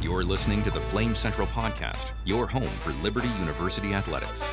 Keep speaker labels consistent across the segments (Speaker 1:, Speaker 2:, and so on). Speaker 1: You're listening to the Flame Central Podcast, your home for Liberty University athletics.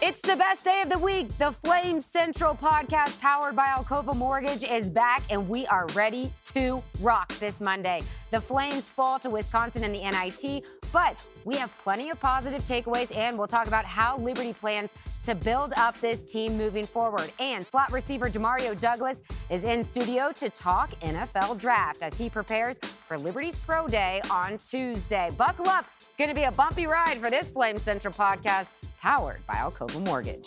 Speaker 2: It's the best day of the week. The Flame Central podcast, powered by Alcova Mortgage, is back, and we are ready to rock this Monday. The Flames fall to Wisconsin in the NIT, but we have plenty of positive takeaways, and we'll talk about how Liberty plans to build up this team moving forward. And slot receiver Demario Douglas is in studio to talk NFL draft as he prepares for Liberty's Pro Day on Tuesday. Buckle up. It's going to be a bumpy ride for this Flame Central podcast powered by Alcova Mortgage.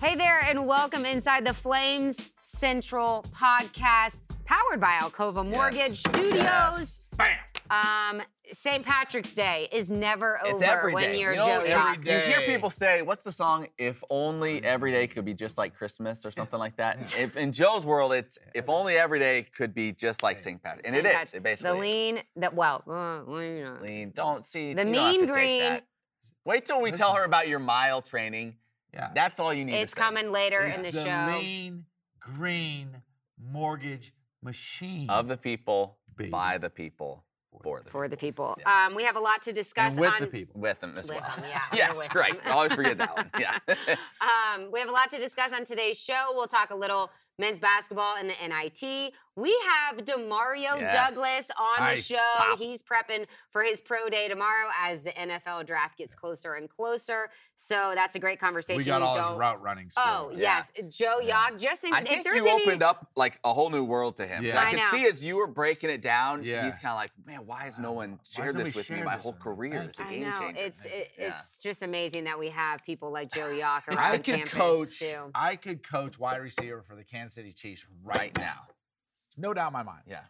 Speaker 2: Hey there, and welcome inside the Flames Central podcast, powered by Alcova Mortgage Studios.
Speaker 3: Yes. Bam.
Speaker 2: Um, St. Patrick's Day is never over
Speaker 3: It's every
Speaker 2: when
Speaker 3: day.
Speaker 2: you're
Speaker 3: You know,
Speaker 2: Joe
Speaker 3: every
Speaker 2: Doc.
Speaker 3: You hear
Speaker 4: day.
Speaker 3: people say, "What's the song? If only every day could be just like Christmas or something like that." If in Joe's world, it's if only every day could be just like St. Patrick, and
Speaker 2: St.
Speaker 3: it is.
Speaker 2: Pat-
Speaker 3: It basically
Speaker 2: the
Speaker 3: is.
Speaker 2: lean that well, uh, lean on.
Speaker 3: Lean. Don't see.
Speaker 2: The
Speaker 3: you don't have
Speaker 2: mean
Speaker 3: to take
Speaker 2: green.
Speaker 3: that. Wait till we tell
Speaker 4: Listen.
Speaker 3: her about your mile training.
Speaker 4: Yeah.
Speaker 3: That's all you need. to
Speaker 2: it's
Speaker 3: say.
Speaker 2: coming later
Speaker 4: It's
Speaker 2: in the,
Speaker 4: the
Speaker 2: show.
Speaker 4: lean green mortgage machine
Speaker 3: Of the people,
Speaker 4: Baby.
Speaker 3: by the people, for the
Speaker 2: for the people.
Speaker 3: Yeah.
Speaker 2: Um, we have a lot to discuss
Speaker 4: and with
Speaker 2: on
Speaker 4: the people.
Speaker 3: with them as
Speaker 2: With
Speaker 3: well.
Speaker 2: them, yeah, you're
Speaker 3: yes,
Speaker 2: with
Speaker 3: great.
Speaker 2: them.
Speaker 3: I always forget that one. Yeah.
Speaker 2: Um, we have a lot to discuss on today's show. We'll talk a little men's basketball in the NIT. We have Demario
Speaker 3: Yes.
Speaker 2: Douglas on the
Speaker 4: Nice.
Speaker 2: show.
Speaker 3: Pop.
Speaker 2: He's prepping for his pro day tomorrow as the NFL draft gets closer and closer. So that's a great conversation.
Speaker 4: We got
Speaker 2: You
Speaker 4: all
Speaker 2: don't-
Speaker 4: his route running skills.
Speaker 2: Oh
Speaker 3: Yeah.
Speaker 2: yes, Joe
Speaker 4: Yeah.
Speaker 2: Yock. Just in,
Speaker 3: I
Speaker 2: if
Speaker 3: think
Speaker 2: there's
Speaker 3: you
Speaker 2: any,
Speaker 3: opened up like a whole new world to him.
Speaker 4: Yeah.
Speaker 3: And I,
Speaker 2: I
Speaker 3: can
Speaker 2: know.
Speaker 3: see as you were breaking it down,
Speaker 4: Yeah. Um,
Speaker 3: he's kind of like, man, why has no one shared
Speaker 4: hasn't
Speaker 3: this
Speaker 4: we
Speaker 3: with me
Speaker 4: shared
Speaker 3: my
Speaker 4: this
Speaker 3: whole
Speaker 4: with me?
Speaker 3: career?
Speaker 4: Thank
Speaker 3: It's a
Speaker 4: you.
Speaker 2: I
Speaker 3: game
Speaker 2: know
Speaker 3: changer.
Speaker 2: it's it,
Speaker 3: Yeah.
Speaker 2: it's just amazing that we have people like Joe Yock around
Speaker 4: I could
Speaker 2: campus
Speaker 4: coach.
Speaker 2: too.
Speaker 4: I could coach wide receiver for the Kansas City Chiefs right,
Speaker 3: right now.
Speaker 4: No doubt in my mind.
Speaker 3: Yeah.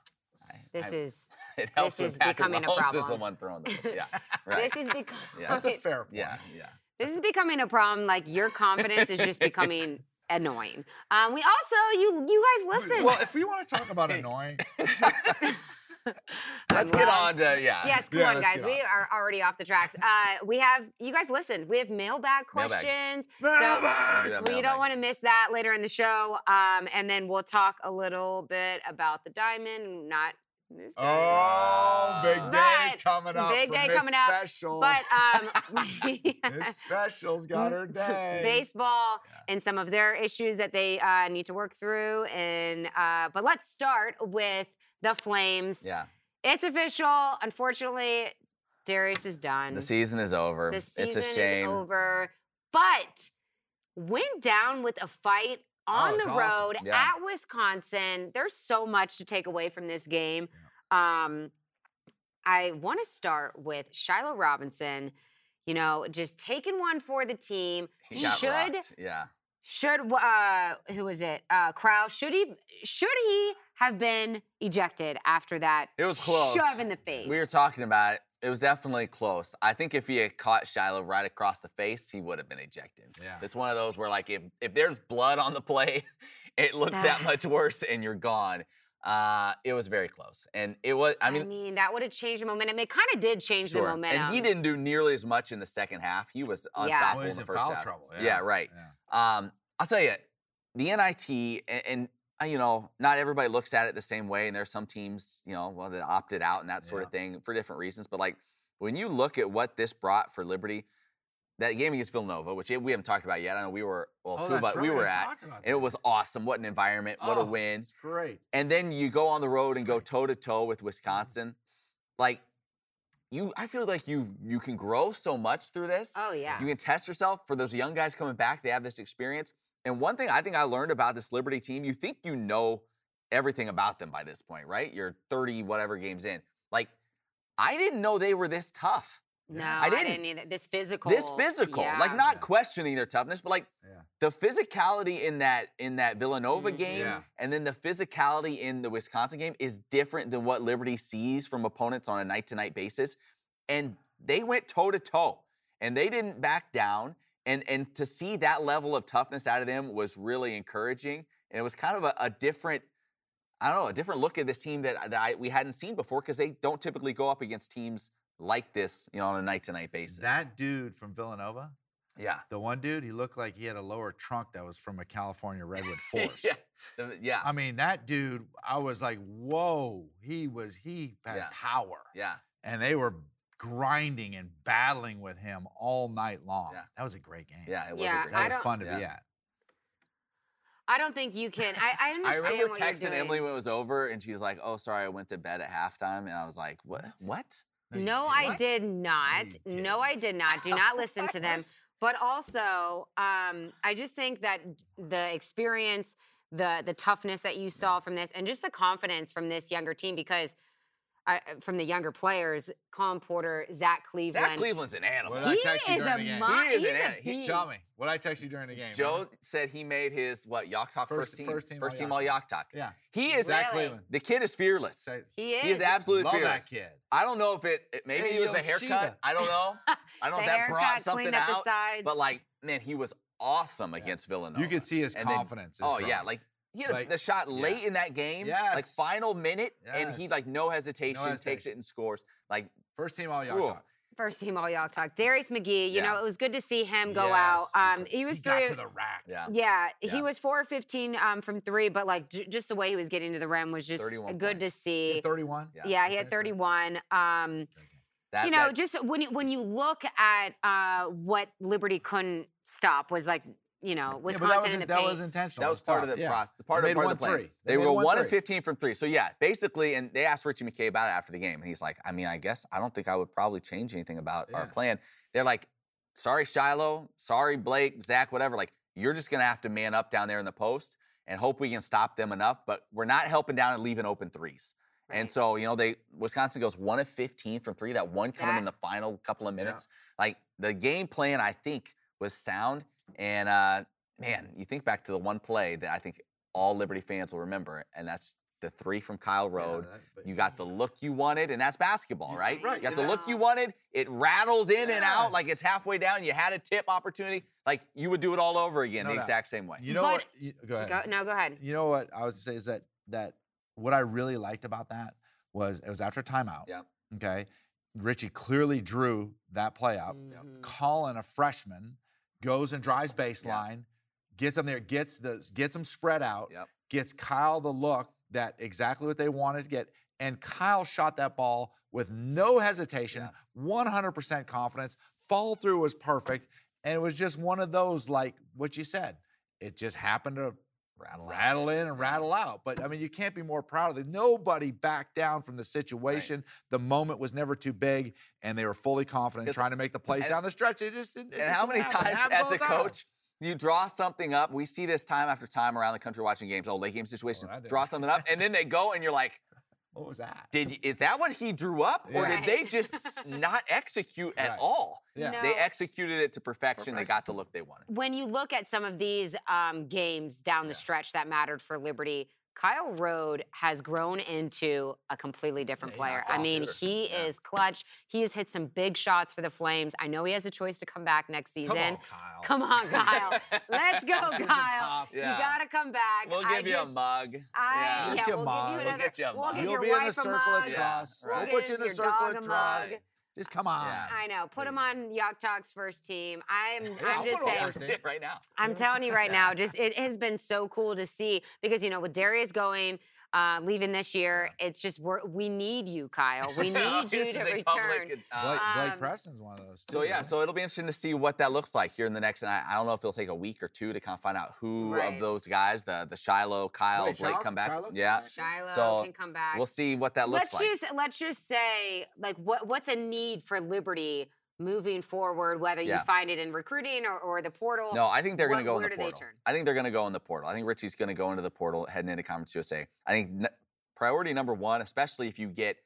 Speaker 3: I-
Speaker 2: This
Speaker 3: I-
Speaker 2: is
Speaker 3: it helps
Speaker 2: this
Speaker 3: with
Speaker 2: is
Speaker 3: Patrick
Speaker 2: becoming a
Speaker 3: Mahomes Is the
Speaker 2: problem.
Speaker 3: one throwing the ball. Yeah. Right.
Speaker 2: this is becoming
Speaker 3: Yeah.
Speaker 4: That's a fair point.
Speaker 3: yeah. Yeah.
Speaker 2: this is becoming a problem. Like your confidence is just becoming annoying. Um, we also you you guys listen.
Speaker 4: Well, if we want to talk about annoying,
Speaker 3: Let's
Speaker 2: I
Speaker 3: get
Speaker 2: love-
Speaker 3: on to yeah.
Speaker 2: Yes, come
Speaker 4: Yeah,
Speaker 2: on,
Speaker 4: let's
Speaker 2: guys.
Speaker 4: get
Speaker 2: We
Speaker 4: on.
Speaker 2: are already off the tracks. Uh, we have you guys listen. We have mailbag
Speaker 3: Mailbag.
Speaker 2: questions.
Speaker 3: We'll do
Speaker 2: So
Speaker 3: that
Speaker 2: we
Speaker 3: mailbag.
Speaker 2: don't want to miss that later in the show. Um, and then we'll talk a little bit about the diamond. Not this
Speaker 4: oh, big day
Speaker 2: But
Speaker 4: coming up.
Speaker 2: big
Speaker 4: for
Speaker 2: day
Speaker 4: Miss
Speaker 2: coming up,
Speaker 4: Special.
Speaker 2: but um, we-
Speaker 4: Miss Special's got her day.
Speaker 2: Mm. baseball
Speaker 3: Yeah.
Speaker 2: and some of their issues that they uh, need to work through. And uh, but let's start with the Flames.
Speaker 3: Yeah.
Speaker 2: It's official. Unfortunately, Darius is done.
Speaker 3: The season is over.
Speaker 2: The
Speaker 3: it's
Speaker 2: season
Speaker 3: a
Speaker 2: is
Speaker 3: shame.
Speaker 2: over. But went down with a fight on
Speaker 4: it's
Speaker 2: the
Speaker 4: awesome.
Speaker 2: road
Speaker 3: Oh, Yeah.
Speaker 2: at Wisconsin. There's so much to take away from this game. Um, I want to start with Shiloh Robinson. You know, just taking one for the team.
Speaker 3: He got
Speaker 2: should
Speaker 3: rocked. Yeah.
Speaker 2: should uh who is it? Uh Kraus, should he should he have been ejected after that
Speaker 3: It was close.
Speaker 2: shove in the face?
Speaker 3: We were talking about it. It was definitely close. I think if he had caught Shiloh right across the face, he would have been ejected.
Speaker 4: Yeah.
Speaker 3: It's one of those where like if if there's blood on the play, it looks that
Speaker 2: Ah.
Speaker 3: much worse and you're gone. Uh, it was very close, and it was. I mean,
Speaker 2: that would have changed the momentum. It kind of did change
Speaker 3: sure.
Speaker 2: the momentum.
Speaker 3: And he didn't do nearly as much in the second half. He was
Speaker 2: Yeah.
Speaker 3: unstoppable
Speaker 4: Well,
Speaker 3: in
Speaker 4: he's
Speaker 3: the
Speaker 4: Oh, in
Speaker 3: first
Speaker 4: foul
Speaker 3: half.
Speaker 4: trouble.
Speaker 3: Yeah, right.
Speaker 4: yeah.
Speaker 3: Um, I'll tell you, the NIT, and, and uh, you know, not everybody looks at it the same way, and there's some teams, you know, well, that opted out and that sort of thing for different reasons. But like, when you look at what this brought for Liberty, that game against Villanova, which eh, we haven't talked about yet. I know we were, well,
Speaker 4: Oh,
Speaker 3: two of us,
Speaker 4: that's
Speaker 3: we
Speaker 4: right,
Speaker 3: were
Speaker 4: I
Speaker 3: at.
Speaker 4: talked about
Speaker 3: It
Speaker 4: that.
Speaker 3: was awesome. What an environment. What a
Speaker 4: Oh,
Speaker 3: win.
Speaker 4: It's great.
Speaker 3: And then you go on the road and go toe to toe with
Speaker 2: Mm-hmm.
Speaker 3: Wisconsin. Like, you, I feel like you you can grow so much through this.
Speaker 2: oh yeah.
Speaker 3: You can test yourself for those young guys coming back. They have this experience. And one thing I think I learned about this Liberty team, you think you know everything about them by this point, right? You're 30 whatever games in. Like, I didn't know they were this tough,
Speaker 2: no,
Speaker 4: I
Speaker 2: I didn't,
Speaker 3: didn't.
Speaker 2: either. This physical.
Speaker 3: this physical.
Speaker 2: yeah.
Speaker 3: Like, not
Speaker 4: Yeah.
Speaker 3: questioning their toughness, but like
Speaker 4: Yeah.
Speaker 3: the physicality in that in that Villanova
Speaker 2: Mhm.
Speaker 3: game,
Speaker 4: Yeah.
Speaker 3: and then the physicality in the Wisconsin game is different than what Liberty sees from opponents on a night-to-night basis. And they went toe-to-toe, and they didn't back down. And and to see that level of toughness out of them was really encouraging. And it was kind of a, a different. I don't know, a different look at this team that, that I, we hadn't seen before because they don't typically go up against teams like this, you know, on a night-to-night basis.
Speaker 5: That dude from Villanova,
Speaker 3: yeah,
Speaker 5: the one dude, he looked like he had a lower trunk that was from a California redwood forest.
Speaker 3: yeah, The- yeah,
Speaker 5: I mean, that dude, I was like, whoa, he was, he had
Speaker 3: Yeah.
Speaker 5: power.
Speaker 3: yeah.
Speaker 5: And they were grinding and battling with him all night long.
Speaker 3: Yeah.
Speaker 5: That was a great game.
Speaker 3: Yeah, it was.
Speaker 2: Yeah,
Speaker 3: a great
Speaker 2: I
Speaker 5: That was
Speaker 2: don't-
Speaker 5: fun to be
Speaker 3: Yeah.
Speaker 5: at.
Speaker 2: I don't think you can. I, I
Speaker 3: I
Speaker 2: understand
Speaker 3: remember
Speaker 2: what
Speaker 3: texting
Speaker 2: you're doing.
Speaker 3: Emily when it was over, and she was like, "Oh, sorry, I went to bed at halftime." And I was like, "What? What?
Speaker 5: you
Speaker 2: No,
Speaker 5: didn't.
Speaker 2: I
Speaker 5: What?
Speaker 2: did not.
Speaker 5: you
Speaker 2: No, I did not. Do not listen to them. But also, um, I just think that the experience, the the toughness that you saw from this, and just the confidence from this younger team, because I, from the younger players, Colin Porter, Zach Cleveland,
Speaker 3: Zach Cleveland's an animal."
Speaker 4: What did I
Speaker 2: he
Speaker 4: text you
Speaker 2: is
Speaker 4: during
Speaker 2: a
Speaker 4: the game?
Speaker 2: mon-
Speaker 3: He is
Speaker 2: he's
Speaker 3: an
Speaker 2: a
Speaker 3: ant. He-
Speaker 4: Tell me
Speaker 2: beast.
Speaker 4: what I text you during the game.
Speaker 3: Joe
Speaker 4: remember?
Speaker 3: said he made his what Yacht Talk first,
Speaker 4: First-
Speaker 3: team,
Speaker 4: first team
Speaker 3: first
Speaker 4: All
Speaker 3: team all
Speaker 4: Yacht
Speaker 3: Yacht Talk.
Speaker 4: Yeah.
Speaker 3: He is.
Speaker 4: Zach
Speaker 2: Really?
Speaker 4: Cleveland.
Speaker 3: The kid is fearless.
Speaker 4: Say-
Speaker 2: He is.
Speaker 3: He is absolutely
Speaker 5: Love
Speaker 3: fearless.
Speaker 5: that kid.
Speaker 3: I don't know if it, it- maybe it was the
Speaker 5: Heyo
Speaker 3: haircut.
Speaker 5: Cheetah.
Speaker 3: I don't know. I don't know
Speaker 2: the
Speaker 3: if that brought
Speaker 2: haircut,
Speaker 3: something
Speaker 2: cleaned up the
Speaker 3: out.
Speaker 2: sides.
Speaker 3: But like, man, he was awesome against Villanova.
Speaker 5: You could see his
Speaker 3: And then-
Speaker 5: confidence. is
Speaker 3: Oh yeah,
Speaker 5: growing.
Speaker 3: like he had a-
Speaker 5: Like,
Speaker 3: the shot
Speaker 5: yeah.
Speaker 3: late in that game, like
Speaker 5: Yes.
Speaker 3: final minute, and he
Speaker 5: Yes.
Speaker 3: like no hesitation, takes
Speaker 5: hesitation.
Speaker 3: it and scores. Like
Speaker 5: first team all y'all
Speaker 3: Cool.
Speaker 5: talk.
Speaker 2: First team all y'all talk. Darius McGee, you know,
Speaker 3: Yeah.
Speaker 2: it was good to see him go
Speaker 5: Yes,
Speaker 2: out. Um,
Speaker 5: could-
Speaker 2: he was
Speaker 5: got
Speaker 2: three.
Speaker 5: to the rack.
Speaker 3: yeah,
Speaker 2: Yeah, he
Speaker 3: Yeah.
Speaker 2: was four of fifteen um, from three, but like j- just the way he was getting to the rim was just
Speaker 3: 31
Speaker 2: good to
Speaker 3: points.
Speaker 5: He
Speaker 2: see.
Speaker 5: had 31.
Speaker 3: Yeah.
Speaker 2: Yeah, he had
Speaker 5: Okay, fair.
Speaker 2: thirty one. Um,
Speaker 3: that,
Speaker 2: you know,
Speaker 3: that-
Speaker 2: just when you, when you look at uh, what Liberty couldn't stop was like you know
Speaker 5: Yeah, but
Speaker 2: Wisconsin
Speaker 5: that was,
Speaker 2: in the
Speaker 5: that
Speaker 2: paint.
Speaker 5: was intentional.
Speaker 3: that
Speaker 5: It
Speaker 3: was part of
Speaker 5: tough,
Speaker 3: the
Speaker 5: yeah.
Speaker 3: process. Part
Speaker 5: They
Speaker 3: of
Speaker 5: made
Speaker 3: part of
Speaker 5: one
Speaker 3: the plan.
Speaker 5: three.
Speaker 3: They,
Speaker 5: They
Speaker 3: were
Speaker 5: made
Speaker 3: one,
Speaker 5: one
Speaker 3: of
Speaker 5: three.
Speaker 3: fifteen from three. So yeah, basically, and they asked Richie McCabe about it after the game, and he's like, I mean, I guess I don't think I would probably change anything about our
Speaker 5: Yeah.
Speaker 3: plan. They're like, sorry Shiloh, sorry Blake, Zach, whatever. Like you're just gonna have to man up down there in the post and hope we can stop them enough. But we're not helping down and leaving open threes. And
Speaker 2: Right.
Speaker 3: so, you know, they Wisconsin goes one of 15 from three. That one coming in
Speaker 2: That-
Speaker 3: the final couple of
Speaker 5: Yeah.
Speaker 3: minutes. Like the game plan, I think, was sound. And uh, man, you think back to the one play that I think all Liberty fans will remember, and that's the three from Kyle
Speaker 5: Yeah,
Speaker 3: Road.
Speaker 5: that- but-
Speaker 3: You got the look you wanted, and that's basketball,
Speaker 5: Yeah,
Speaker 3: right?
Speaker 2: right,
Speaker 3: You got the
Speaker 2: yeah.
Speaker 3: look you wanted. It rattles in and out like
Speaker 5: Yes.
Speaker 3: it's halfway down. You had a tip opportunity. Like you would do it all over again
Speaker 5: No
Speaker 3: the
Speaker 5: doubt.
Speaker 3: exact same way.
Speaker 5: You know
Speaker 2: But-
Speaker 5: what? You, go ahead.
Speaker 2: go, no, go ahead.
Speaker 5: You know what I was to say is that that what I really liked about that was it was after timeout.
Speaker 3: Yep.
Speaker 5: Okay. Richie clearly drew that play up.
Speaker 3: Mm.
Speaker 2: Mhm.
Speaker 5: Colin, a freshman, goes and drives baseline, gets him there, gets the gets him spread out,
Speaker 3: Yep.
Speaker 5: gets Kyle the look that exactly what they wanted to get, and Kyle shot that ball with no hesitation,
Speaker 3: Yeah.
Speaker 5: 100% confidence. Fall through was perfect, and it was just one of those like what you said. It just happened to
Speaker 3: Rattle. out. Mm-hmm.
Speaker 5: rattle in and rattle out. But I mean, you can't be more proud of it. Nobody backed down from the situation. The moment was never too big, and they were fully confident,
Speaker 3: 'Cause-
Speaker 5: trying to make the plays
Speaker 3: and-
Speaker 5: down the stretch. It just didn't. it
Speaker 3: And
Speaker 5: just
Speaker 3: how
Speaker 5: didn't
Speaker 3: many
Speaker 5: happen. It
Speaker 3: times
Speaker 5: happens all
Speaker 3: as a
Speaker 5: the time.
Speaker 3: coach, you draw something up? We see this time after time around the country watching games. Oh, late game situation.
Speaker 5: I did.
Speaker 3: draw something up, and then they go, and you're like,
Speaker 5: What was that?
Speaker 3: "Did is that what he drew up, or
Speaker 5: Yeah.
Speaker 3: did they just not execute at
Speaker 5: Right.
Speaker 3: all?"
Speaker 5: Yeah.
Speaker 2: No.
Speaker 3: They executed it to perfection. They
Speaker 5: Perfection.
Speaker 3: got the look they wanted.
Speaker 2: when you look at some of these um, games down the
Speaker 5: Yeah.
Speaker 2: stretch that mattered for Liberty, Kyle Rode has grown into a completely different
Speaker 5: Yeah, he's
Speaker 2: player.
Speaker 5: a
Speaker 2: I mean,
Speaker 3: shooter.
Speaker 2: he
Speaker 3: Yeah.
Speaker 2: is clutch. He has hit some big shots for the Flames. I know he has a choice to come back next season.
Speaker 5: Come on, Kyle.
Speaker 2: Come on, Kyle. Let's go,
Speaker 5: This isn't
Speaker 2: Kyle.
Speaker 5: tough.
Speaker 2: You
Speaker 3: Yeah.
Speaker 2: gotta come back.
Speaker 3: We'll give
Speaker 2: I
Speaker 3: you a
Speaker 2: just-
Speaker 3: mug.
Speaker 2: I, yeah,
Speaker 5: We'll
Speaker 3: yeah.
Speaker 5: get you a
Speaker 2: we'll
Speaker 5: mug.
Speaker 2: give you
Speaker 5: We'll
Speaker 2: another.
Speaker 3: get you a
Speaker 2: we'll
Speaker 3: mug.
Speaker 2: give
Speaker 5: You'll
Speaker 2: your
Speaker 5: be in
Speaker 2: wife
Speaker 5: the
Speaker 2: a
Speaker 5: circle of
Speaker 2: mug.
Speaker 3: Yeah.
Speaker 5: trust.
Speaker 3: We'll
Speaker 5: We'll
Speaker 2: get
Speaker 5: put you in the
Speaker 2: your
Speaker 5: circle
Speaker 2: dog
Speaker 5: of
Speaker 2: a mug.
Speaker 5: trust. Just come on.
Speaker 3: Yeah.
Speaker 2: I know. Put
Speaker 5: There
Speaker 2: him
Speaker 5: you
Speaker 2: on Yacht Talks first team. I'm. I'm
Speaker 5: I'll
Speaker 2: just
Speaker 5: put him on
Speaker 2: saying.
Speaker 5: first team.
Speaker 3: right now.
Speaker 2: I'm
Speaker 5: Yeah.
Speaker 2: telling you right now, just it has been so cool to see because you know with Darius going, uh, leaving this year, it's just we're, we need you, Kyle. We
Speaker 3: So
Speaker 2: need you
Speaker 3: this
Speaker 2: to
Speaker 3: is a
Speaker 2: return.
Speaker 3: public, uh,
Speaker 5: Blake, Blake
Speaker 2: Um,
Speaker 5: Preston's one of those. Too,
Speaker 3: So yeah,
Speaker 5: right?
Speaker 3: so it'll be interesting to see what that looks like here in the next. And I, I don't know if it'll take a week or two to kind of find out who
Speaker 2: Right.
Speaker 3: of those guys, the the Shiloh, Kyle,
Speaker 5: Wait,
Speaker 3: Blake,
Speaker 5: Shiloh-
Speaker 3: come back.
Speaker 5: Shiloh came
Speaker 3: yeah,
Speaker 5: back?
Speaker 2: Shiloh
Speaker 3: So,
Speaker 2: can come back.
Speaker 3: we'll see what that looks
Speaker 2: let's
Speaker 3: like.
Speaker 2: just let's just say like what what's a need for Liberty moving forward, whether you
Speaker 3: Yeah.
Speaker 2: find it in recruiting or, or the portal.
Speaker 3: No, I think they're going
Speaker 2: What-
Speaker 3: to go
Speaker 2: where
Speaker 3: in
Speaker 2: do
Speaker 3: the
Speaker 2: they
Speaker 3: portal.
Speaker 2: turn?
Speaker 3: I think they're going to go in the portal. I think Richie's going to go into the portal heading into Conference USA. I think n- priority number one, especially if you get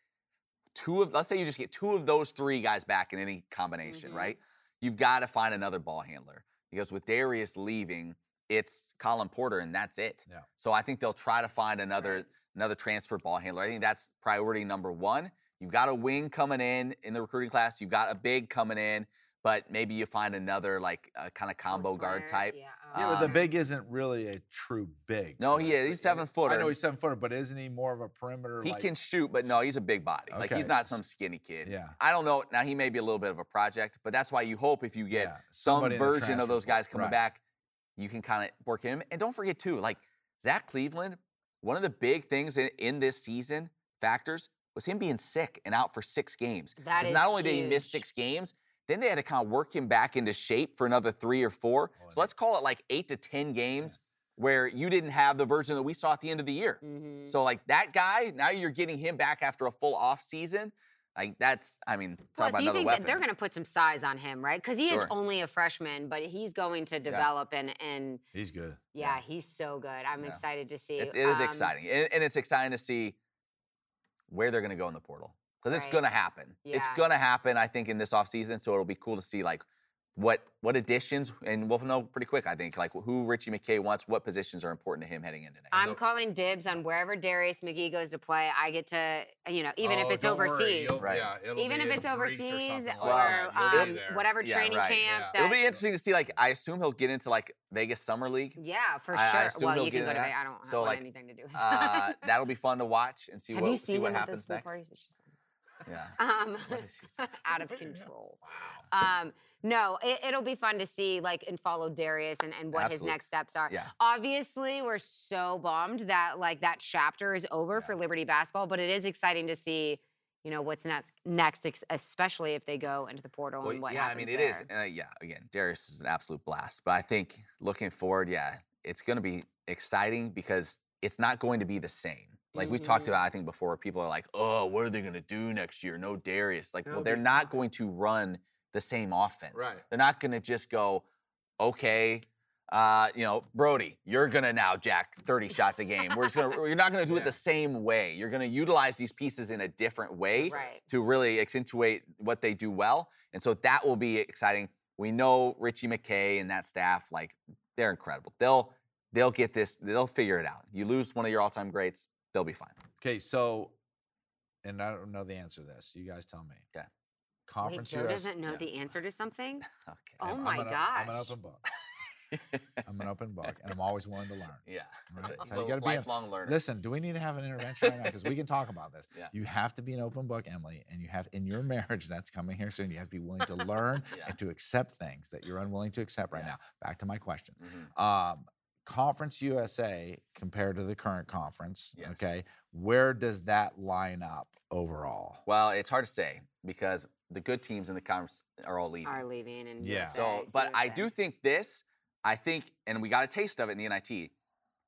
Speaker 3: two of, let's say you just get two of those three guys back in any combination,
Speaker 2: Mhm.
Speaker 3: right? You've got to find another ball handler because with Darius leaving, it's Colin Porter and that's it.
Speaker 5: Yeah.
Speaker 3: So I think they'll try to find another
Speaker 2: Right.
Speaker 3: another transfer ball handler. I think that's priority number one. You've got a wing coming in in the recruiting class. You've got a big coming in, but maybe you find another like uh, kind of combo
Speaker 2: Post
Speaker 3: guard
Speaker 2: player,
Speaker 3: type.
Speaker 2: Yeah,
Speaker 5: Yeah, but the
Speaker 3: Um,
Speaker 5: big isn't really a true big.
Speaker 3: No, he
Speaker 5: right?
Speaker 3: is. He's seven footer.
Speaker 5: I know he's seven footer, but isn't he more of a perimeter?
Speaker 3: He
Speaker 5: like-
Speaker 3: can shoot, but no, he's a big body. Like he's
Speaker 5: Okay.
Speaker 3: not some skinny kid.
Speaker 5: Yeah.
Speaker 3: I don't know. Now he may be a little bit of a project, but that's why you hope if you get
Speaker 5: Yeah,
Speaker 3: some
Speaker 5: somebody in the
Speaker 3: version
Speaker 5: transfer
Speaker 3: of those
Speaker 5: portal,
Speaker 3: guys coming
Speaker 5: right.
Speaker 3: back, you can kind of work him. And don't forget too, like Zach Cleveland, one of the big things in, in this season factors was him being sick and out for six games.
Speaker 2: That
Speaker 3: 'Cause
Speaker 2: is
Speaker 3: not only did he miss
Speaker 2: huge.
Speaker 3: six games, then they had to kind of work him back into shape for another three or four.
Speaker 5: Oh, I
Speaker 3: so let's call it like eight to ten games where you didn't have the version that we saw at the end of the year.
Speaker 2: Mhm.
Speaker 3: So like that guy, now you're getting him back after a full off season. Like that's, I mean, talk
Speaker 2: Plus,
Speaker 3: about
Speaker 2: you
Speaker 3: another
Speaker 2: think
Speaker 3: weapon.
Speaker 2: that they're going to put some size on him, right? Because he is
Speaker 3: Sure.
Speaker 2: only a freshman, but he's going to develop and and
Speaker 5: He's good.
Speaker 2: yeah, he's so good. I'm
Speaker 3: Yeah.
Speaker 2: excited to see.
Speaker 3: it's, it is
Speaker 2: Um,
Speaker 3: exciting, and, and it's exciting to see where they're going to go in the portal because it's
Speaker 2: Right.
Speaker 3: going to happen. It's
Speaker 2: Yeah.
Speaker 3: going to happen, I think, in this off season. So it'll be cool to see like what what additions, and we'll know pretty quick, I think, like who Richie McKay wants, what positions are important to him heading into next.
Speaker 2: I'm calling dibs on wherever Darius McGee goes to play. I get to, you know, even if
Speaker 4: Oh,
Speaker 2: it's
Speaker 4: don't worry,
Speaker 2: overseas,
Speaker 4: you'll-
Speaker 3: Right.
Speaker 4: yeah, it'll
Speaker 2: even
Speaker 4: be
Speaker 2: if
Speaker 4: in Greece
Speaker 2: it's
Speaker 4: or
Speaker 2: overseas
Speaker 4: something
Speaker 2: or,
Speaker 4: like that. You'll be
Speaker 2: um,
Speaker 4: there.
Speaker 2: whatever
Speaker 3: Yeah,
Speaker 2: training
Speaker 3: right.
Speaker 2: camp.
Speaker 4: Yeah.
Speaker 2: That,
Speaker 3: It'll be interesting to see. Like I assume he'll get into like Vegas Summer League.
Speaker 2: yeah, for
Speaker 3: I- I
Speaker 2: sure.
Speaker 3: assume
Speaker 2: well,
Speaker 3: he'll
Speaker 2: you can
Speaker 3: get
Speaker 2: go to.
Speaker 3: that.
Speaker 2: Vegas. I don't
Speaker 3: So,
Speaker 2: want
Speaker 3: like,
Speaker 2: anything to do. with
Speaker 3: Uh,
Speaker 2: that.
Speaker 3: that'll be fun to watch and see
Speaker 2: Have
Speaker 3: what
Speaker 2: you
Speaker 3: see
Speaker 2: seen
Speaker 3: what
Speaker 2: him at those
Speaker 3: happens
Speaker 2: pool
Speaker 3: next.
Speaker 2: parties? that she's having?
Speaker 3: Yeah.
Speaker 2: um,
Speaker 3: What is she
Speaker 2: out of
Speaker 4: Yeah.
Speaker 2: control.
Speaker 4: Wow.
Speaker 2: Um, no, it, it'll be fun to see like and follow Darius and, and what his
Speaker 3: Absolutely.
Speaker 2: next steps are.
Speaker 3: Yeah.
Speaker 2: Obviously, we're so bummed that like that chapter is over for Liberty basketball, but it is exciting to see, you know, what's next next, ex- especially if they go into the portal
Speaker 3: Well,
Speaker 2: and what
Speaker 3: yeah, I
Speaker 2: happens
Speaker 3: mean
Speaker 2: there.
Speaker 3: it is. Uh, yeah, again, Darius is an absolute blast. But I think looking forward, yeah, it's going to be exciting because it's not going to be the same. Like we've talked
Speaker 2: Mhm.
Speaker 3: about, I think before, people are like, "Oh, what are they going to do next year? No Darius." Like, well,
Speaker 4: It'll
Speaker 3: they're
Speaker 4: be
Speaker 3: not
Speaker 4: fine.
Speaker 3: going to run the same offense.
Speaker 4: Right.
Speaker 3: They're not going to just go, "Okay, uh, you know, Brody, you're gonna now jack 30 shots a game. We're just gonna, you're not gonna do it
Speaker 4: Yeah.
Speaker 3: the same way. You're gonna utilize these pieces in a different way
Speaker 2: Right.
Speaker 3: to really accentuate what they do well. And so that will be exciting. We know Richie McKay and that staff, like they're incredible. They'll they'll get this. They'll figure it out. You lose one of your all-time greats, they'll be fine.
Speaker 5: Okay, so, and I don't know the answer to this. You guys tell me.
Speaker 3: Okay.
Speaker 2: Wait,
Speaker 5: Conference
Speaker 2: Joe
Speaker 5: US.
Speaker 2: doesn't know
Speaker 3: yeah.
Speaker 2: the answer to something.
Speaker 3: Okay.
Speaker 2: Oh
Speaker 5: I'm
Speaker 2: my
Speaker 5: an o- I'm an
Speaker 2: gosh.
Speaker 5: open book. I'm an open book, and I'm always willing to learn.
Speaker 3: yeah.
Speaker 5: Right,
Speaker 3: He's
Speaker 5: so you
Speaker 3: a
Speaker 5: gotta be in-
Speaker 3: lifelong learner.
Speaker 5: Listen, do we need to have an intervention right now? Because we can talk about this.
Speaker 3: Yeah.
Speaker 5: You have to be an open book, Emily, and you have in your marriage that's coming here soon. You have to be willing to learn
Speaker 3: Yeah.
Speaker 5: and to accept things that you're unwilling to accept right
Speaker 3: Yeah.
Speaker 5: now. Back to my question.
Speaker 3: Mhm.
Speaker 5: Um, conference USA compared to the current conference,
Speaker 3: Yes.
Speaker 5: okay, where does that line up overall?
Speaker 3: Well, it's hard to say because the good teams in the conference are all leaving.
Speaker 2: Are leaving and
Speaker 5: Yeah.
Speaker 2: USA,
Speaker 3: So, but I
Speaker 2: USA.
Speaker 3: do think this, I think, and we got a taste of it in the NIT.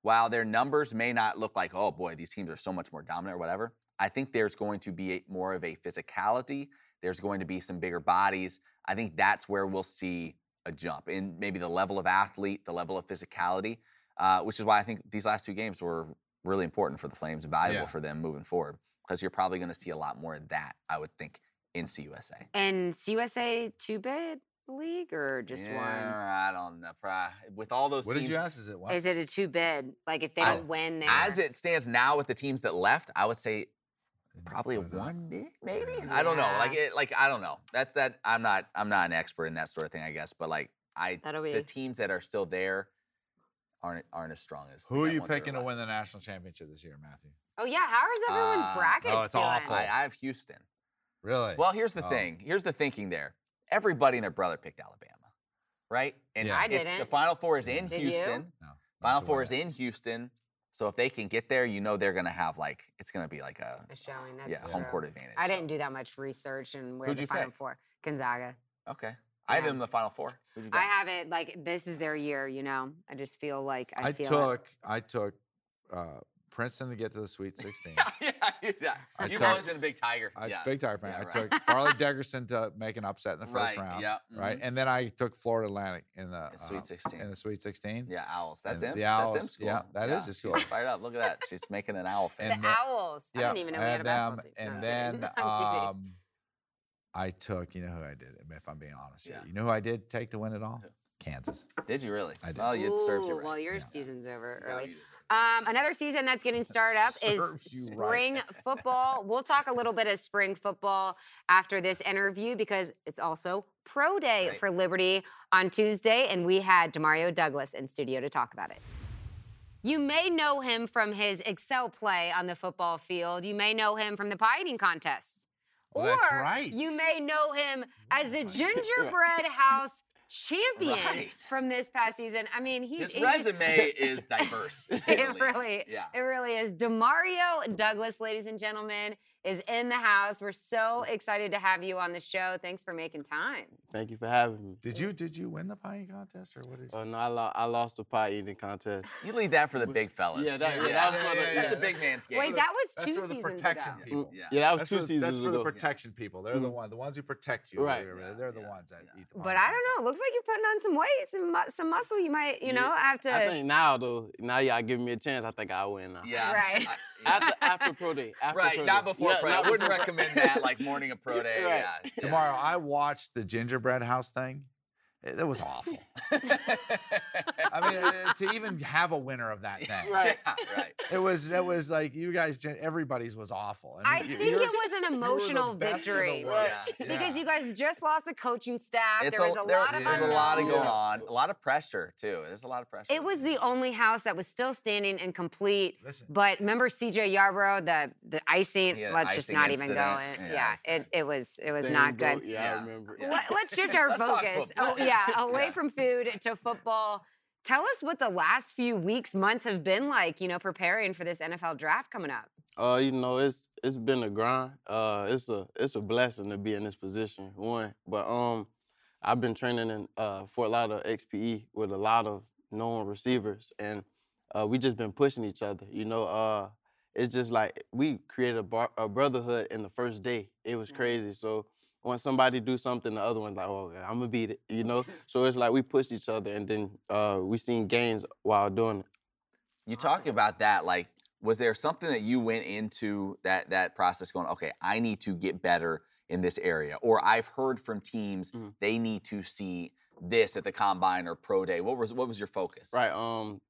Speaker 3: While their numbers may not look like, oh boy, these teams are so much more dominant or whatever, I think there's going to be a- more of a physicality. There's going to be some bigger bodies. I think that's where we'll see a jump in maybe the level of athlete, the level of physicality, uh, which is why I think these last two games were really important for the Flames, valuable
Speaker 5: Yeah.
Speaker 3: for them moving forward, because you're probably going to see a lot more of that, I would think, in CUSA.
Speaker 2: And CUSA two bid league or just one?
Speaker 3: Yeah, I don't know. Pri- With all those
Speaker 5: What
Speaker 3: teams,
Speaker 5: did you ask? Is it what?
Speaker 2: Is it a two bid? Like if they
Speaker 3: I-
Speaker 2: don't win there?
Speaker 3: as it stands now, with the teams that left, I would say
Speaker 5: Didn't
Speaker 3: probably a
Speaker 5: include that.
Speaker 3: one bid, maybe. I don't know.
Speaker 2: Yeah.
Speaker 3: Like it, like I don't know. That's that. I'm not. I'm not an expert in that sort of thing. I guess, but like I,
Speaker 2: That'll be
Speaker 3: the teams that are still there aren't aren't as strong as. the
Speaker 5: Who are
Speaker 3: that
Speaker 5: you
Speaker 3: ones that
Speaker 5: picking to
Speaker 3: left.
Speaker 5: win the national championship this year, Matthew?
Speaker 2: Oh yeah, how is everyone's
Speaker 3: Uh,
Speaker 2: brackets
Speaker 5: oh, it's
Speaker 2: doing?
Speaker 5: awful.
Speaker 3: I, I have Houston.
Speaker 5: Really?
Speaker 3: Well, here's the
Speaker 5: Oh.
Speaker 3: thing. Here's the thinking there. Everybody and their brother picked Alabama, right? And
Speaker 5: Yeah. Mm-hmm. I
Speaker 3: it's- The
Speaker 2: didn't.
Speaker 3: Final four is in
Speaker 2: Did you?
Speaker 3: Houston.
Speaker 5: no, not
Speaker 3: Final
Speaker 5: to
Speaker 3: Four
Speaker 5: win
Speaker 3: is
Speaker 5: it.
Speaker 3: in Houston, so if they can get there, you know they're gonna have like it's gonna be like a
Speaker 2: A showing. That's
Speaker 3: yeah
Speaker 2: true.
Speaker 3: home court advantage.
Speaker 2: I
Speaker 3: so-
Speaker 2: didn't do that much research and where
Speaker 3: Who'd
Speaker 2: the
Speaker 3: you
Speaker 2: final
Speaker 3: pick?
Speaker 2: four. Gonzaga.
Speaker 3: Okay, I have
Speaker 2: Yeah.
Speaker 3: them in the Final Four. Who'd you
Speaker 2: I
Speaker 3: got?
Speaker 2: have it like this is their year. You know, I just feel like I,
Speaker 5: I
Speaker 2: feel.
Speaker 5: took I took uh, Princeton to get to the Sweet 16.
Speaker 3: yeah, yeah, yeah.
Speaker 5: I
Speaker 3: You've
Speaker 5: took-
Speaker 3: always been a big Tiger.
Speaker 5: I,
Speaker 3: yeah.
Speaker 5: Big tire fan.
Speaker 3: Yeah,
Speaker 5: I
Speaker 3: right.
Speaker 5: took Farley Dickerson to make an upset in the first
Speaker 3: Right,
Speaker 5: round.
Speaker 3: yeah,
Speaker 5: Right.
Speaker 3: mhm.
Speaker 5: And then I took Florida Atlantic in the
Speaker 3: The Sweet
Speaker 5: uh,
Speaker 3: 16.
Speaker 5: In the Sweet 16.
Speaker 3: yeah, owls. That's
Speaker 5: And
Speaker 3: Imps.
Speaker 5: the
Speaker 3: That's
Speaker 5: Owls,
Speaker 3: Imps school.
Speaker 5: yeah, that is his school.
Speaker 3: She's fired up. Look at that. She's making an owl
Speaker 2: it.
Speaker 3: face.
Speaker 5: and
Speaker 2: the
Speaker 5: the-
Speaker 2: Owls. I didn't
Speaker 5: Yeah,
Speaker 2: even know
Speaker 5: I
Speaker 2: we had
Speaker 5: had
Speaker 2: a
Speaker 5: them,
Speaker 2: basketball team. No, I'm
Speaker 5: And
Speaker 2: kidding.
Speaker 5: then
Speaker 2: I'm kidding.
Speaker 5: um, I took, you know who I did, if I'm being honest here.
Speaker 3: Yeah.
Speaker 5: You know who I did take to win it all? Kansas.
Speaker 3: Did you really?
Speaker 5: I did.
Speaker 3: Well, you it serves you
Speaker 2: Ooh,
Speaker 3: right.
Speaker 2: Well, your
Speaker 5: Yeah.
Speaker 2: season's over
Speaker 3: No,
Speaker 2: early.
Speaker 3: you deserve it.
Speaker 2: Um, another season that's getting started up is
Speaker 4: Serves you right.
Speaker 2: spring football. We'll talk a little bit of spring football after this interview because it's also pro day
Speaker 3: Right.
Speaker 2: for Liberty on Tuesday, and we had Demario Douglas in studio to talk about it. You may know him from his Excel play on the football field. You may know him from the pie eating contest.
Speaker 4: Well,
Speaker 2: or
Speaker 4: that's right.
Speaker 2: you may know him as the gingerbread house champion
Speaker 3: Right.
Speaker 2: from this past season. I mean, he,
Speaker 3: His
Speaker 2: he just-
Speaker 3: resume is diverse. to say the
Speaker 2: it
Speaker 3: least.
Speaker 2: really,
Speaker 3: Yeah.
Speaker 2: it really is. Demario Douglas, ladies and gentlemen, is in the house. We're so excited to have you on the show. Thanks for making time.
Speaker 3: Oh,
Speaker 6: Thank you for having me.
Speaker 4: Did you did you win the pie contest or what did you?
Speaker 6: Oh no, I, lo- I lost the pie eating contest.
Speaker 3: You leave that for the big fellas.
Speaker 6: Yeah, that-
Speaker 4: yeah, that was for the-
Speaker 3: that's a
Speaker 4: yeah.
Speaker 3: big man's game.
Speaker 2: Wait, that was
Speaker 4: That's
Speaker 2: two
Speaker 4: for the
Speaker 2: seasons
Speaker 4: protection
Speaker 2: ago.
Speaker 4: people.
Speaker 3: Yeah.
Speaker 6: Mm, Yeah, that was
Speaker 4: That's
Speaker 6: two
Speaker 4: for, the-
Speaker 6: seasons
Speaker 4: that's for the
Speaker 6: ago. Mm-hmm.
Speaker 4: protection people. They're the one, the ones who protect you.
Speaker 6: Right.
Speaker 4: They're, they're the
Speaker 3: Yeah,
Speaker 4: ones that
Speaker 3: yeah.
Speaker 4: eat the pie
Speaker 2: But I
Speaker 4: contest.
Speaker 2: don't know. Looks like you're putting on some weight, some mu- some muscle. You might, you
Speaker 6: Yeah,
Speaker 2: know, have to.
Speaker 6: I think now though, now y'all giving me a chance. I think I win now.
Speaker 3: Yeah.
Speaker 2: Right.
Speaker 3: I- yeah.
Speaker 6: After, after pro day. After pro
Speaker 3: Right, not
Speaker 6: day.
Speaker 3: before
Speaker 6: Yeah,
Speaker 3: pro.
Speaker 6: not
Speaker 3: I wouldn't
Speaker 6: before-
Speaker 3: recommend that, like morning of pro day.
Speaker 6: Right.
Speaker 3: Yeah. yeah.
Speaker 4: Tomorrow, I watched the gingerbread house thing. It, that was awful. I mean, uh, to even have a winner of that thing,
Speaker 6: Right.
Speaker 3: Yeah, right.
Speaker 4: it was it was like you guys, gen- everybody's was awful.
Speaker 2: I
Speaker 4: mean, you-
Speaker 2: think it
Speaker 4: yours-
Speaker 2: was an
Speaker 4: you were the
Speaker 2: emotional
Speaker 4: best of the
Speaker 2: victory.
Speaker 4: worst.
Speaker 3: Yeah.
Speaker 2: Because you guys just lost a coaching staff.
Speaker 3: It's
Speaker 2: there was a, lot of
Speaker 3: there's a lot of
Speaker 2: unknowns.
Speaker 3: going on. A lot of pressure too. There's a lot of pressure.
Speaker 2: It was the only house that was still standing and complete.
Speaker 4: Listen.
Speaker 2: But remember CJ Yarbrough, the the icing.
Speaker 3: Yeah, the
Speaker 2: let's just
Speaker 3: icing
Speaker 2: not even go
Speaker 3: incident.
Speaker 2: in.
Speaker 3: Yeah,
Speaker 2: Yeah,
Speaker 3: that's bad.
Speaker 2: it, it was it was
Speaker 6: Dang,
Speaker 2: not
Speaker 6: bro.
Speaker 2: good.
Speaker 6: Yeah,
Speaker 3: Yeah.
Speaker 6: I remember.
Speaker 3: Yeah.
Speaker 2: Let, us shift our
Speaker 3: Let's talk
Speaker 2: focus.
Speaker 3: football.
Speaker 2: Oh, yeah, away
Speaker 3: Yeah.
Speaker 2: from food to football. Tell us what the last few weeks, months have been like. You know, preparing for this NFL draft coming up.
Speaker 6: Uh, you know, it's it's been a grind. Uh, it's a it's a blessing to be in this position. One, but um, I've been training in uh Fort Lauderdale XPE E with a lot of known receivers, and uh, we just been pushing each other. You know, uh, it's just like we created a, bar- a brotherhood in the first day. It was
Speaker 2: Nice.
Speaker 6: crazy. So when somebody do something, the other one's like, "Oh, I'm gonna beat it," you know. so it's like we pushed each other, and then uh, we seen gains while doing it.
Speaker 3: You talk about that. Like, was there something that you went into that that process going, okay, I need to get better in this area, or I've heard from teams
Speaker 6: Mhm.
Speaker 3: they need to see this at the combine or pro day. What was what was your focus?
Speaker 6: Right. Um,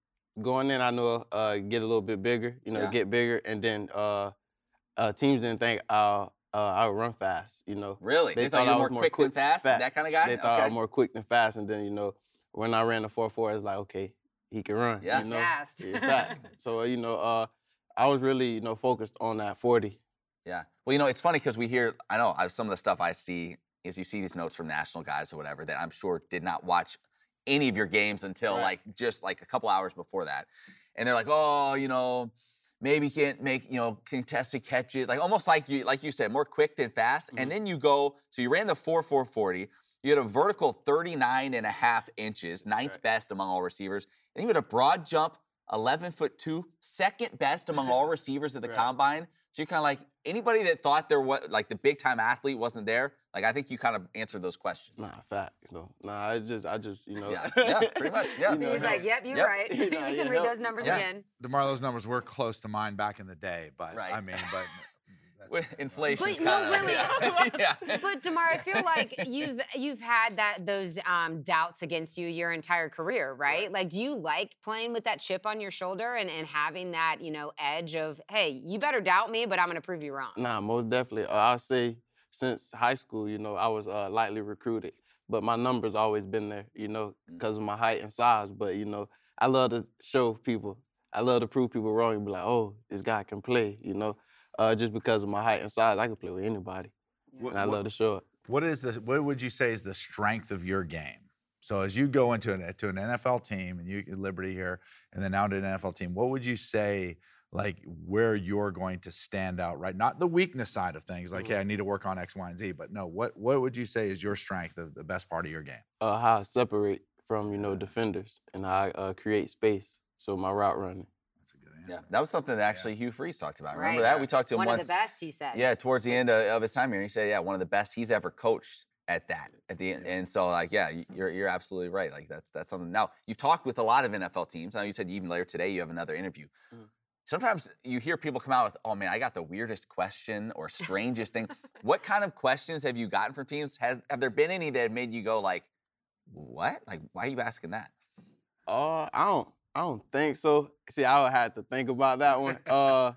Speaker 6: going in, I know uh, get a little bit bigger. You know,
Speaker 3: Yeah.
Speaker 6: get bigger, and then uh, uh, teams didn't think I'll uh, I would run fast. You know,
Speaker 3: Really? They, thought, you were more quick, than fast, that kind of guy.
Speaker 6: They thought I
Speaker 3: Okay.
Speaker 6: was more quick than fast, and then you know, when I ran the four four, it's like okay, he can run.
Speaker 3: Yeah.
Speaker 6: you
Speaker 2: He's
Speaker 6: know?
Speaker 2: fast.
Speaker 6: Yeah, fact. so uh, you know, uh, I was really you know focused on that forty.
Speaker 3: Yeah. Well, you know, it's funny because we hear, I know I, some of the stuff I see is you see these notes from national guys or whatever that I'm sure did not watch any of your games until
Speaker 6: Right.
Speaker 3: like just like a couple hours before that. And they're like, oh, you know, maybe can't make, you know, contested catches. Like almost like you, like you said, more quick than fast.
Speaker 6: Mm-hmm.
Speaker 3: And then you go, so you ran the 4 4 40. You had a vertical 39 and a half inches, ninth
Speaker 6: Right.
Speaker 3: best among all receivers. And you had a broad jump, 11 foot two, second best among all receivers at the
Speaker 6: Right.
Speaker 3: combine. So you're kind of like anybody that thought there was like the big time athlete wasn't there. Like I think you kind of answered those questions.
Speaker 6: Nah, facts. No, nah, I just I just you know.
Speaker 3: Yeah, yeah, pretty much, yeah.
Speaker 6: you know,
Speaker 2: He's like, "Yep, you're
Speaker 3: Yep.
Speaker 2: right.
Speaker 6: You
Speaker 2: you
Speaker 6: know,
Speaker 2: can
Speaker 6: you
Speaker 2: read
Speaker 6: know.
Speaker 2: those numbers
Speaker 3: Yeah.
Speaker 2: again."
Speaker 4: DeMarlo's numbers were close to mine back in the day, but
Speaker 3: Right.
Speaker 4: I mean, but that's
Speaker 3: With
Speaker 4: okay.
Speaker 3: inflation's
Speaker 2: But no,
Speaker 3: kinda-
Speaker 2: really.
Speaker 3: yeah.
Speaker 2: But Demar, I feel like you've you've had that those um, doubts against you your entire career, right? Like, do you like playing with that chip on your shoulder and, and having that you know edge of, hey, you better doubt me, but I'm gonna prove you wrong.
Speaker 6: Nah, most definitely. Uh, I'll say since high school, you know, I was uh, lightly recruited, but my numbers always been there, you know,
Speaker 3: Mm.
Speaker 6: because of my height and size. But you know, I love to show people. I love to prove people wrong and be like, oh, this guy can play, you know. Uh, just because of my height and size, I can play with anybody,
Speaker 4: What-
Speaker 6: and I
Speaker 4: what-
Speaker 6: love to show it.
Speaker 4: What is the what would you say is the strength of your game? So as you go into an to an NFL team and you Liberty here, and then now to an NFL team, what would you say like where you're going to stand out? Right, not the weakness side of things. Like, hey, I need to work on X, Y, and Z. But no, what what would you say is your strength, the, the best part of your game?
Speaker 6: Uh, how I separate from you know defenders, and how I uh, create space. So my route running.
Speaker 4: That's a good
Speaker 3: Yeah, that was something that actually Hugh Freeze talked about. Remember
Speaker 2: Right.
Speaker 3: that? We talked to him
Speaker 2: One
Speaker 3: once.
Speaker 2: of the best, he said.
Speaker 3: Yeah, towards the end of, of his time here, and he said, yeah, one of the best he's ever coached at that. At the end, and so like, yeah, y- you're you're absolutely right. Like that's that's something. Now you've talked with a lot of NFL teams. Now you said even later today you have another interview.
Speaker 6: Mhm.
Speaker 3: Sometimes you hear people come out with, "Oh man, I got the weirdest question or strangest thing." What kind of questions have you gotten from teams? Have have there been any that have made you go like, "What? Like, why are you asking that?"
Speaker 6: Uh, I don't. I don't think so. See, I would have to think about that one. Uh,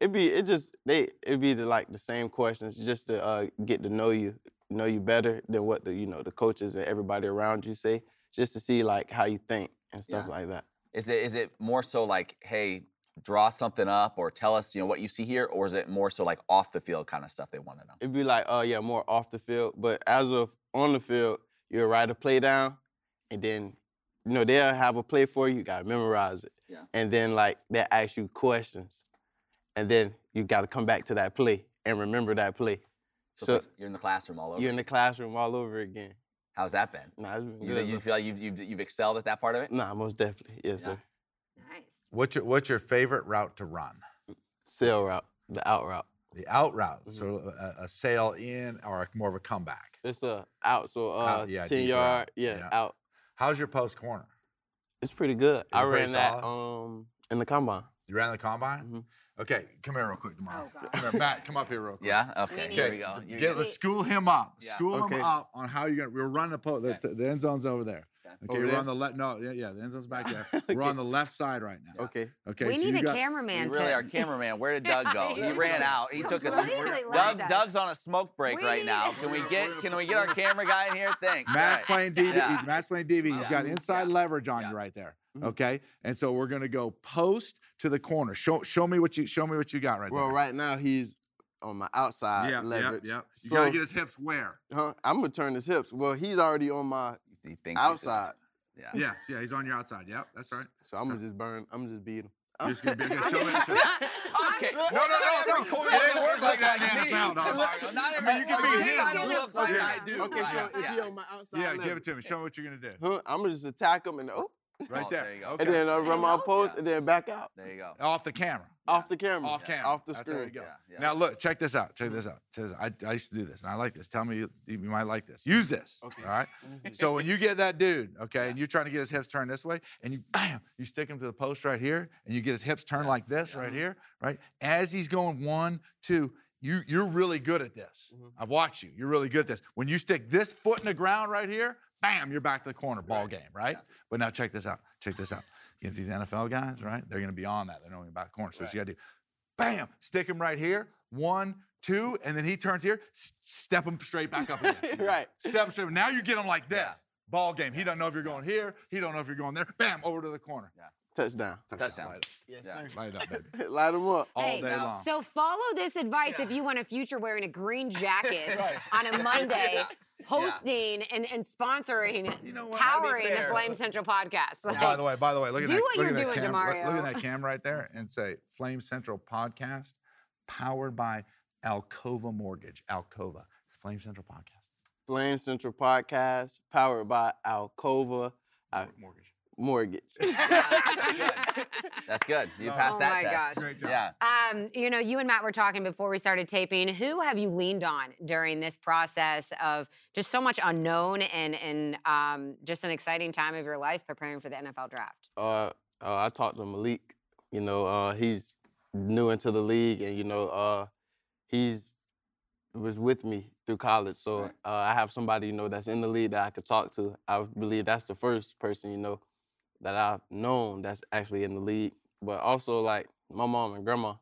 Speaker 6: it be it just they it be the, like the same questions just to uh, get to know you know you better than what the you know the coaches and everybody around you say just to see like how you think and stuff
Speaker 3: Yeah.
Speaker 6: like that.
Speaker 3: Is it is it more so like, hey, draw something up or tell us, you know, what you see here, or is it more so like off the field kind of stuff they want to know?
Speaker 6: It'd be like oh yeah more off the field, but as of on the field you'll write a play down, and then you know they'll have a play for you. You gotta memorize it,
Speaker 3: Yeah.
Speaker 6: and then like they will ask you questions, and then you gotta come back to that play and remember that play.
Speaker 3: So,
Speaker 6: So-
Speaker 3: it's like you're in the classroom all over.
Speaker 6: You're in the classroom all over again.
Speaker 3: How's that been?
Speaker 6: Nah, it's been
Speaker 3: You,
Speaker 6: good.
Speaker 3: you feel like you've, you've you've excelled at that part of it?
Speaker 6: though. nah, most definitely. Yes,
Speaker 3: Yeah.
Speaker 6: sir.
Speaker 2: Nice.
Speaker 5: What's your what's your favorite route to run?
Speaker 6: Sell route, the out route.
Speaker 5: The out route, so
Speaker 4: Mm-hmm.
Speaker 5: a, a sail in or a, more of a comeback.
Speaker 6: It's a out, so uh,
Speaker 5: Out, yeah,
Speaker 6: ten
Speaker 5: deep route.
Speaker 6: yard, yeah,
Speaker 5: Yeah.
Speaker 6: out.
Speaker 5: How's your post corner?
Speaker 6: It's pretty good. I
Speaker 5: it pretty
Speaker 6: ran that um in the combine.
Speaker 5: You ran the combine.
Speaker 3: Mm-hmm.
Speaker 6: Mhm.
Speaker 5: Okay, come here real quick tomorrow.
Speaker 2: Oh, God.
Speaker 5: come here, Matt. Come up here real quick.
Speaker 3: Yeah. Okay.
Speaker 2: need-
Speaker 3: Here we go.
Speaker 5: d-
Speaker 3: Here we
Speaker 5: get-
Speaker 3: go.
Speaker 5: let's school him up.
Speaker 3: Yeah.
Speaker 5: School
Speaker 6: Okay.
Speaker 5: him up on how you're gonna. We're running the post.
Speaker 3: Okay.
Speaker 5: The, the end zone's over there.
Speaker 3: Okay.
Speaker 5: Okay,
Speaker 6: Over
Speaker 5: we're
Speaker 6: there?
Speaker 5: on the left. No, yeah, yeah. The end zone's back there.
Speaker 6: Okay.
Speaker 5: We're on the left side right now.
Speaker 6: Okay.
Speaker 5: Okay.
Speaker 2: we
Speaker 5: so
Speaker 2: need
Speaker 5: you
Speaker 2: a
Speaker 5: got-
Speaker 3: We
Speaker 2: cameraman.
Speaker 3: really,
Speaker 2: to-
Speaker 3: our cameraman. Where did Doug go?
Speaker 2: Yeah,
Speaker 3: He ran
Speaker 2: he
Speaker 3: out. He took a. s-
Speaker 2: completely
Speaker 3: Doug,
Speaker 2: left us.
Speaker 3: Doug's on a smoke break
Speaker 2: We
Speaker 3: right
Speaker 2: need-
Speaker 3: now. Can we get Can we get our camera guy in here? Thanks.
Speaker 5: Matt's
Speaker 3: All right.
Speaker 5: playing DB.
Speaker 3: Yeah.
Speaker 5: he- Matt's playing DB. He's got
Speaker 3: Yeah.
Speaker 5: inside
Speaker 3: Yeah.
Speaker 5: leverage
Speaker 3: Yeah.
Speaker 5: on
Speaker 3: Mm-hmm.
Speaker 5: you right there.
Speaker 6: Mhm.
Speaker 5: Okay, and so we're gonna go post to the corner. Show show me what you show me what you got right
Speaker 6: Well,
Speaker 5: there.
Speaker 6: right now he's on my
Speaker 3: uh,
Speaker 6: outside
Speaker 5: Yeah,
Speaker 6: leverage.
Speaker 5: yeah, yeah. You
Speaker 6: So,
Speaker 5: gotta get his hips where?
Speaker 6: huh, I'm gonna turn his hips. Well, he's already on my
Speaker 3: He thinks he's in-
Speaker 6: outside,
Speaker 3: Yeah.
Speaker 5: Yes, yeah. He's on your outside. Yep, that's right.
Speaker 6: so I'm gonna
Speaker 5: So-
Speaker 6: just burn. I'm gonna just beat him.
Speaker 3: Oh.
Speaker 5: You're just gonna be okay. Show me. Show,
Speaker 3: Okay.
Speaker 2: No,
Speaker 5: no, no, no. It didn't work like that in
Speaker 3: me.
Speaker 5: the NFL, dog.
Speaker 3: Mario, Not
Speaker 5: I
Speaker 3: every,
Speaker 5: mean, you can be
Speaker 3: I
Speaker 5: him.
Speaker 3: don't look like I do.
Speaker 6: Okay,
Speaker 3: Yeah,
Speaker 6: so
Speaker 3: yeah.
Speaker 6: if he on my outside,
Speaker 5: yeah, give
Speaker 6: leverage,
Speaker 5: it to me. Show me what you're gonna do.
Speaker 6: Huh, I'm gonna just attack him and oh,
Speaker 5: Right
Speaker 3: Oh,
Speaker 5: there.
Speaker 3: there you go.
Speaker 5: Okay.
Speaker 6: and then I run my
Speaker 2: know?
Speaker 6: post
Speaker 3: Yeah.
Speaker 6: and then back out
Speaker 3: There you go.
Speaker 5: off the camera.
Speaker 6: off the camera,
Speaker 5: Off camera.
Speaker 6: off the
Speaker 5: That's how
Speaker 6: screen.
Speaker 5: you go.
Speaker 3: Yeah, yeah. Mm-hmm.
Speaker 5: Now look, check this out. Check this out. Check this out. I, I used to do this, and I like this. Tell me you, you might like this. Use this.
Speaker 6: Okay.
Speaker 5: All right. So when you get that dude, okay, and you're trying to get his hips turned this way, and you bam, you stick him to the post right here, and you get his hips turned like this right here, right? As he's going one, two, you you're really good at this. I've watched you. You're really good at this. When you stick this foot in the ground right here, bam, you're back to the corner, ball game, right? But now check this out. Check this out. Against these NFL guys, right? They're gonna be on that. They're normally back corner. So what you gotta do, bam, stick him right here, one, two, and then he turns here, s- step him straight back up again.
Speaker 6: Right.
Speaker 5: Step straight. Now you get him like this.
Speaker 3: Yeah.
Speaker 5: Ball game. He doesn't know if you're going here. He don't know if you're going there. Bam, over to the corner.
Speaker 6: Touchdown.
Speaker 3: Touchdown.
Speaker 5: Light
Speaker 6: Yes,
Speaker 3: Yeah.
Speaker 5: it, light it up, baby.
Speaker 6: sir. Light him up.
Speaker 5: All
Speaker 2: Hey,
Speaker 5: day long.
Speaker 2: So follow this advice if you want a future wearing a green jacket on a Monday, hosting and, and sponsoring,
Speaker 5: what?
Speaker 2: powering the
Speaker 3: fair.
Speaker 2: Flame Central podcast. Like,
Speaker 5: by the way, by the way, look at
Speaker 2: Do
Speaker 5: that.
Speaker 2: what
Speaker 5: look
Speaker 2: you're
Speaker 5: at
Speaker 2: doing,
Speaker 5: that camera, look- Look,
Speaker 2: DeMario.
Speaker 5: at that camera right there and say Flame Central Podcast, powered by Alcova Mortgage. Alcova. It's Flame Central Podcast.
Speaker 6: Flame Central Podcast, powered by Alcova uh,
Speaker 5: Mortgage.
Speaker 6: Mortgage.
Speaker 3: That's good. You
Speaker 5: Oh
Speaker 3: passed that
Speaker 2: my
Speaker 3: test.
Speaker 2: gosh.
Speaker 5: Great job.
Speaker 3: Yeah.
Speaker 2: um, you know, you and Matt were talking before we started taping. Who have you leaned on during this process of just so much unknown and and um, just an exciting time of your life preparing for the NFL draft?
Speaker 6: uh, uh, I talked to Malik. You know, uh, he's new into the league, and you know, uh, he's was with me through college. So
Speaker 3: Right.
Speaker 6: uh, I have somebody you know that's in the league that I could talk to. I believe that's the first person you know that I've known that's actually in the league. But also like my mom and grandma.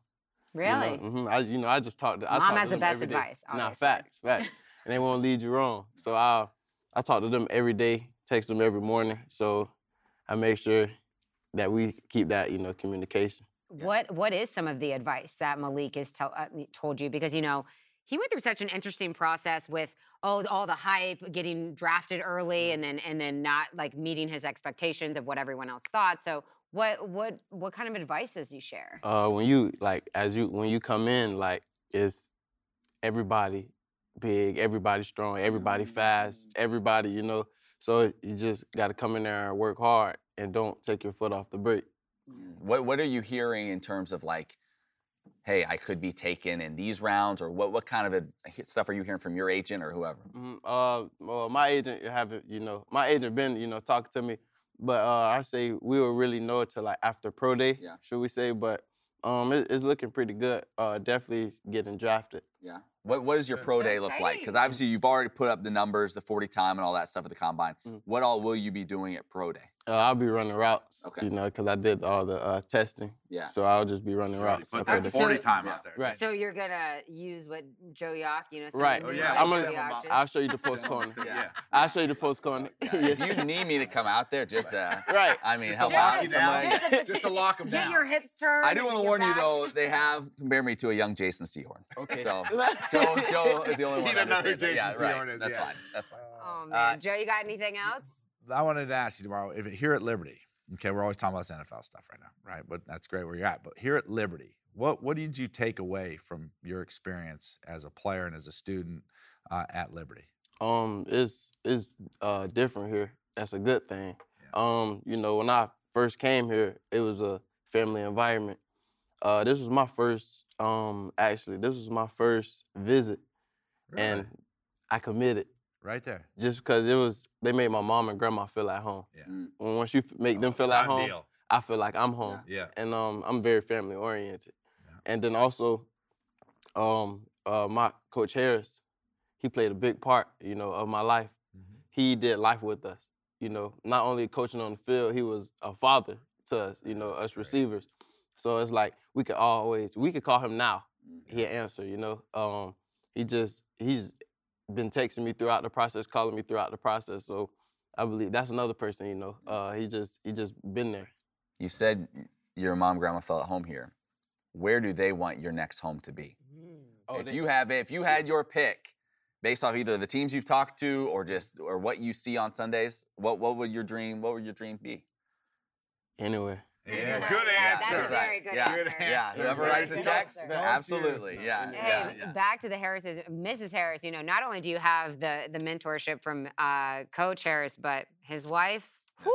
Speaker 2: Really?
Speaker 6: You know, mhm, I, you know, I just talked to. I
Speaker 2: Mom
Speaker 6: talk to
Speaker 2: has the
Speaker 6: them
Speaker 2: best
Speaker 6: every day.
Speaker 2: advice,
Speaker 6: Nah,
Speaker 2: obviously.
Speaker 6: facts, facts, and they won't lead you wrong. So I, I talk to them every day, text them every morning. So I make sure that we keep that, you know, communication.
Speaker 2: What what is some of the advice that Malik has tell, uh, told you? Because you know he went through such an interesting process with oh all the hype, getting drafted early, and then and then not like meeting his expectations of what everyone else thought. So what what what kind of advice does he share?
Speaker 6: Uh, when you like, as you when you come in, like it's everybody big, everybody strong, everybody
Speaker 2: Mm.
Speaker 6: fast, everybody, you know. So you just got to come in there and work hard, and don't take your foot off the brake.
Speaker 3: What What are you hearing in terms of like, hey, I could be taken in these rounds, or what What kind of ad- stuff are you hearing from your agent or whoever?
Speaker 6: Mhm. Uh, well, my agent haven't, you know, my agent been, you know, talking to me, but uh, I say we will really know it till like after pro day,
Speaker 3: Yeah.
Speaker 6: should we say? But um, it, it's looking pretty good. Uh, definitely getting drafted.
Speaker 3: Yeah. What What does your pro
Speaker 2: So
Speaker 3: day look like? Because
Speaker 2: exciting.
Speaker 3: obviously you've already put up the numbers, the 40 time, and all that stuff at the combine.
Speaker 4: Mm-hmm.
Speaker 6: Mhm.
Speaker 3: What all will you be doing at pro day?
Speaker 6: Uh, I'll be running routes,
Speaker 3: Okay.
Speaker 6: you know, because I did all the uh, testing.
Speaker 3: Yeah.
Speaker 6: So I'll just be running
Speaker 4: Already
Speaker 6: routes.
Speaker 4: put
Speaker 6: up at
Speaker 4: that
Speaker 2: Okay,
Speaker 6: the-
Speaker 2: so-
Speaker 4: 40 time
Speaker 3: Yeah.
Speaker 4: out there.
Speaker 6: Right.
Speaker 2: So you're gonna use what Joe Yock, you know, some
Speaker 6: Right.
Speaker 2: of the
Speaker 6: Oh,
Speaker 2: new
Speaker 6: yeah,
Speaker 2: guys
Speaker 6: I'm
Speaker 2: Joe
Speaker 6: gonna-
Speaker 2: Yock just-
Speaker 6: I'll show you the
Speaker 4: Still-
Speaker 6: post corner.
Speaker 4: still-
Speaker 3: Yeah.
Speaker 6: I'll show you the post corner.
Speaker 3: Yeah, uh, If you need me to come out there, just uh,
Speaker 6: right.
Speaker 3: I mean,
Speaker 4: Just
Speaker 3: help
Speaker 4: to lock
Speaker 3: out
Speaker 4: you down.
Speaker 3: somebody.
Speaker 2: just a-
Speaker 4: Just to lock 'em
Speaker 2: Get
Speaker 4: down.
Speaker 2: your hips turned.
Speaker 3: I do
Speaker 2: and
Speaker 3: want to
Speaker 2: your
Speaker 3: warn you
Speaker 2: back-
Speaker 3: though, they have compared me to a young Jason Seahorn.
Speaker 6: Okay.
Speaker 3: So Joe, Joe is the only
Speaker 4: He
Speaker 3: one.
Speaker 4: didn't know who
Speaker 3: understands that.
Speaker 4: Jason
Speaker 3: yeah,
Speaker 4: Seahorn
Speaker 3: right.
Speaker 4: is,
Speaker 3: That's
Speaker 4: yeah.
Speaker 3: fine. That's fine.
Speaker 2: Oh man, Joe, you got anything else?
Speaker 4: I wanted to ask you tomorrow if it- here at Liberty. Okay, we're always talking about this NFL stuff right now, right? But that's great where you're at. But here at Liberty, what what did you take away from your experience as a player and as a student uh, at Liberty?
Speaker 6: Um, it's it's uh different here. That's a good thing. Um, you know, when I first came here, it was a family environment. Uh, this was my first. Um, actually, this was my first visit, and
Speaker 4: Really?
Speaker 6: I committed
Speaker 4: right there,
Speaker 6: just because it was. They made my mom and grandma feel at home.
Speaker 4: Yeah. Oh,
Speaker 3: Mm.
Speaker 6: When once you f- make them feel at
Speaker 4: Done
Speaker 6: home,
Speaker 4: deal.
Speaker 6: I feel like I'm home.
Speaker 4: Yeah,
Speaker 6: and um, I'm very family oriented.
Speaker 4: Yeah.
Speaker 6: And then also, um, uh, my coach Harris, he played a big part, you know, of my life.
Speaker 4: Mhm.
Speaker 6: He did life with us, you know. Not only coaching on the field, he was a father to us, you know, us
Speaker 4: great.
Speaker 6: receivers. So it's like we could always we could call him now.
Speaker 3: Mm.
Speaker 4: Mm-hmm.
Speaker 6: He'll answer, you know. Um, he just he's been texting me throughout the process, calling me throughout the process. So I believe that's another person, you know.
Speaker 4: Mm-hmm.
Speaker 6: Uh, he just he just been there.
Speaker 3: You said your mom, grandma fell at home here. Where do they want your next home to be?
Speaker 6: Oh,
Speaker 3: if
Speaker 6: they-
Speaker 3: you have, if you had your pick, based off either the teams you've talked to or just or what you see on Sundays, what what would your dream? What would your dream be?
Speaker 6: Anywhere.
Speaker 4: yeah.
Speaker 2: Yeah.
Speaker 4: Good
Speaker 3: Yeah,
Speaker 4: answer.
Speaker 2: That's a very good
Speaker 3: yeah.
Speaker 2: answer.
Speaker 3: Yeah,
Speaker 4: answer.
Speaker 3: whoever
Speaker 4: Good
Speaker 3: writes the
Speaker 4: answer.
Speaker 3: checks,
Speaker 4: Don't you-
Speaker 3: absolutely. Yeah, yeah,
Speaker 2: Hey,
Speaker 3: yeah.
Speaker 2: back to the Harrises, Mrs. Harris. You know, not only do you have the the mentorship from uh, Coach Harris, but his wife. Whoo,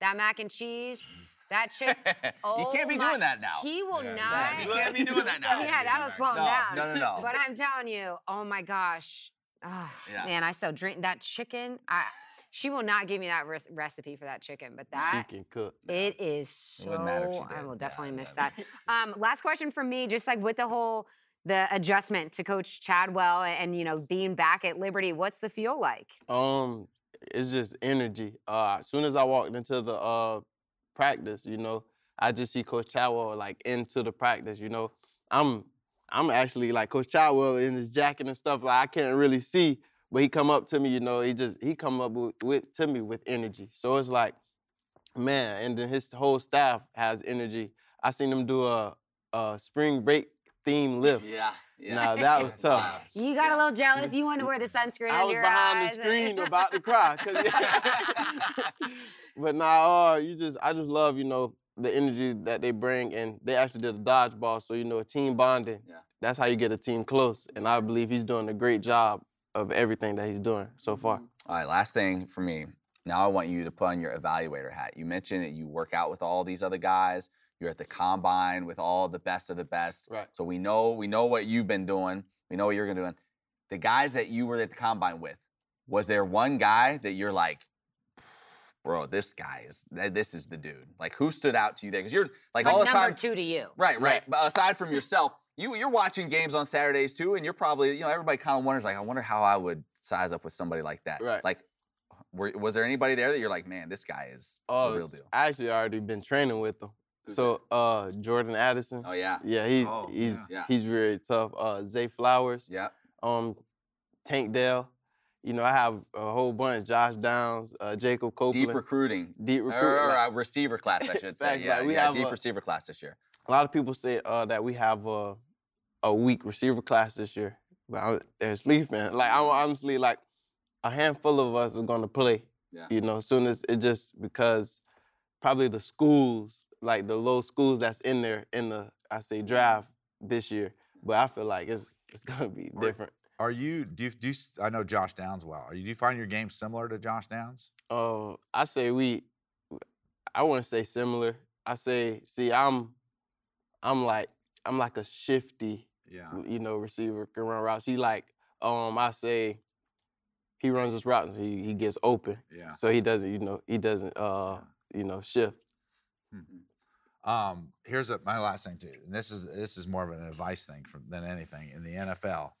Speaker 2: that mac and cheese, that chick.
Speaker 3: you
Speaker 2: oh
Speaker 3: can't be
Speaker 2: my-
Speaker 3: doing that now.
Speaker 2: He will
Speaker 4: Yeah,
Speaker 2: not.
Speaker 3: Yeah, you can't be doing that now.
Speaker 2: Yeah, that'll slow him
Speaker 3: No,
Speaker 2: down.
Speaker 3: no, no, no.
Speaker 2: But I'm telling you, oh my gosh, Ah,
Speaker 3: Yeah.
Speaker 2: man, I still drink that chicken. I, she will not give me that res- recipe for that chicken, but that
Speaker 6: she can cook.
Speaker 2: It is so.
Speaker 3: wouldn't matter if she
Speaker 2: I
Speaker 3: did.
Speaker 2: will
Speaker 3: Yeah,
Speaker 2: definitely
Speaker 3: yeah,
Speaker 2: miss
Speaker 3: yeah.
Speaker 2: that. Um, last question from me, just like with the whole the adjustment to Coach Chadwell and you know being back at Liberty, what's the feel like?
Speaker 6: Um, it's just energy. Uh, as soon as I walked into the uh practice, you know, I just see Coach Chadwell like into the practice. You know, I'm I'm actually like Coach Chadwell in his jacket and stuff. Like I can't really see, but he come up to me. You know, he just he come up with, with to me with energy. So it's like, man, and then his whole staff has energy. I seen them do a, a spring break theme lift.
Speaker 3: Yeah, yeah.
Speaker 6: Now that was tough.
Speaker 2: You got a
Speaker 3: Yeah.
Speaker 2: little jealous. You wanted to wear the sunscreen.
Speaker 6: I
Speaker 2: under
Speaker 6: was
Speaker 2: your
Speaker 6: behind
Speaker 2: eyes
Speaker 6: the
Speaker 2: and-
Speaker 6: screen about to cry. 'cause- but now, uh, you just, I just love, you know, the energy that they bring, and they actually did a dodgeball, so you know, team bonding.
Speaker 3: Yeah.
Speaker 6: That's how you get a team close, and I believe he's doing a great job of everything that he's doing so far.
Speaker 3: All right, last thing for me. Now I want you to put on your evaluator hat. You mentioned that you work out with all these other guys. You're at the combine with all the best of the best.
Speaker 6: Right.
Speaker 3: So we know we know what you've been doing. We know what you're gonna do. The guys that you were at the combine with, was there one guy that you're like, bro, this guy is th- this is the dude. Like who stood out to you there? Because you're
Speaker 2: Like
Speaker 3: like, all the
Speaker 2: number
Speaker 3: time.
Speaker 2: two to you.
Speaker 3: Right, right. But aside from yourself, you you're watching games on Saturdays too, and you're probably you know everybody kind of wonders like, I wonder how I would size up with somebody like that.
Speaker 6: Right.
Speaker 3: Like, were, was there anybody there that you're like, man, this guy is
Speaker 6: Oh,
Speaker 3: the real deal?
Speaker 6: I actually already been training with him.
Speaker 3: Who's
Speaker 6: So, uh, Jordan Addison.
Speaker 3: Oh yeah,
Speaker 6: Yeah, he's
Speaker 4: Oh,
Speaker 6: he's
Speaker 3: yeah.
Speaker 6: he's very tough. Uh, Zay Flowers.
Speaker 3: yeah.
Speaker 6: um, Tank Dell. You know, I have a whole bunch: Josh Downs, uh, Jacob Copeland,
Speaker 3: Deep recruiting.
Speaker 6: deep
Speaker 3: Or,
Speaker 6: recruit.
Speaker 3: or,
Speaker 6: like,
Speaker 3: uh, receiver class, I should say.
Speaker 6: Facts,
Speaker 3: Yeah,
Speaker 6: like, we
Speaker 3: yeah
Speaker 6: have
Speaker 3: deep
Speaker 6: a-
Speaker 3: receiver class this year.
Speaker 6: a lot of people say uh, that we have a a weak receiver class this year, but I, they're sleeping. Like I'm honestly like a handful of us are gonna play.
Speaker 3: Yeah.
Speaker 6: You know, as soon as it just because probably the schools like the low schools that's in there in the I say draft this year, but I feel like it's it's gonna be
Speaker 4: Right.
Speaker 6: different.
Speaker 4: Are you do you, do you, s- I know Josh Downs well? Are you do you find your game similar to Josh Downs?
Speaker 6: Uh, I say we. I wouldn't say similar. I say, see, I'm, I'm like, I'm like a shifty,
Speaker 4: Yeah.
Speaker 6: you know, receiver can run routes. He like, um, I say, he runs his routes. He he gets open,
Speaker 4: Yeah.
Speaker 6: so he doesn't, you know, he doesn't, uh, you know, shift.
Speaker 4: Hmm. Um, here's a, my last thing too, and this is this is more of an advice thing from, than anything in the NFL.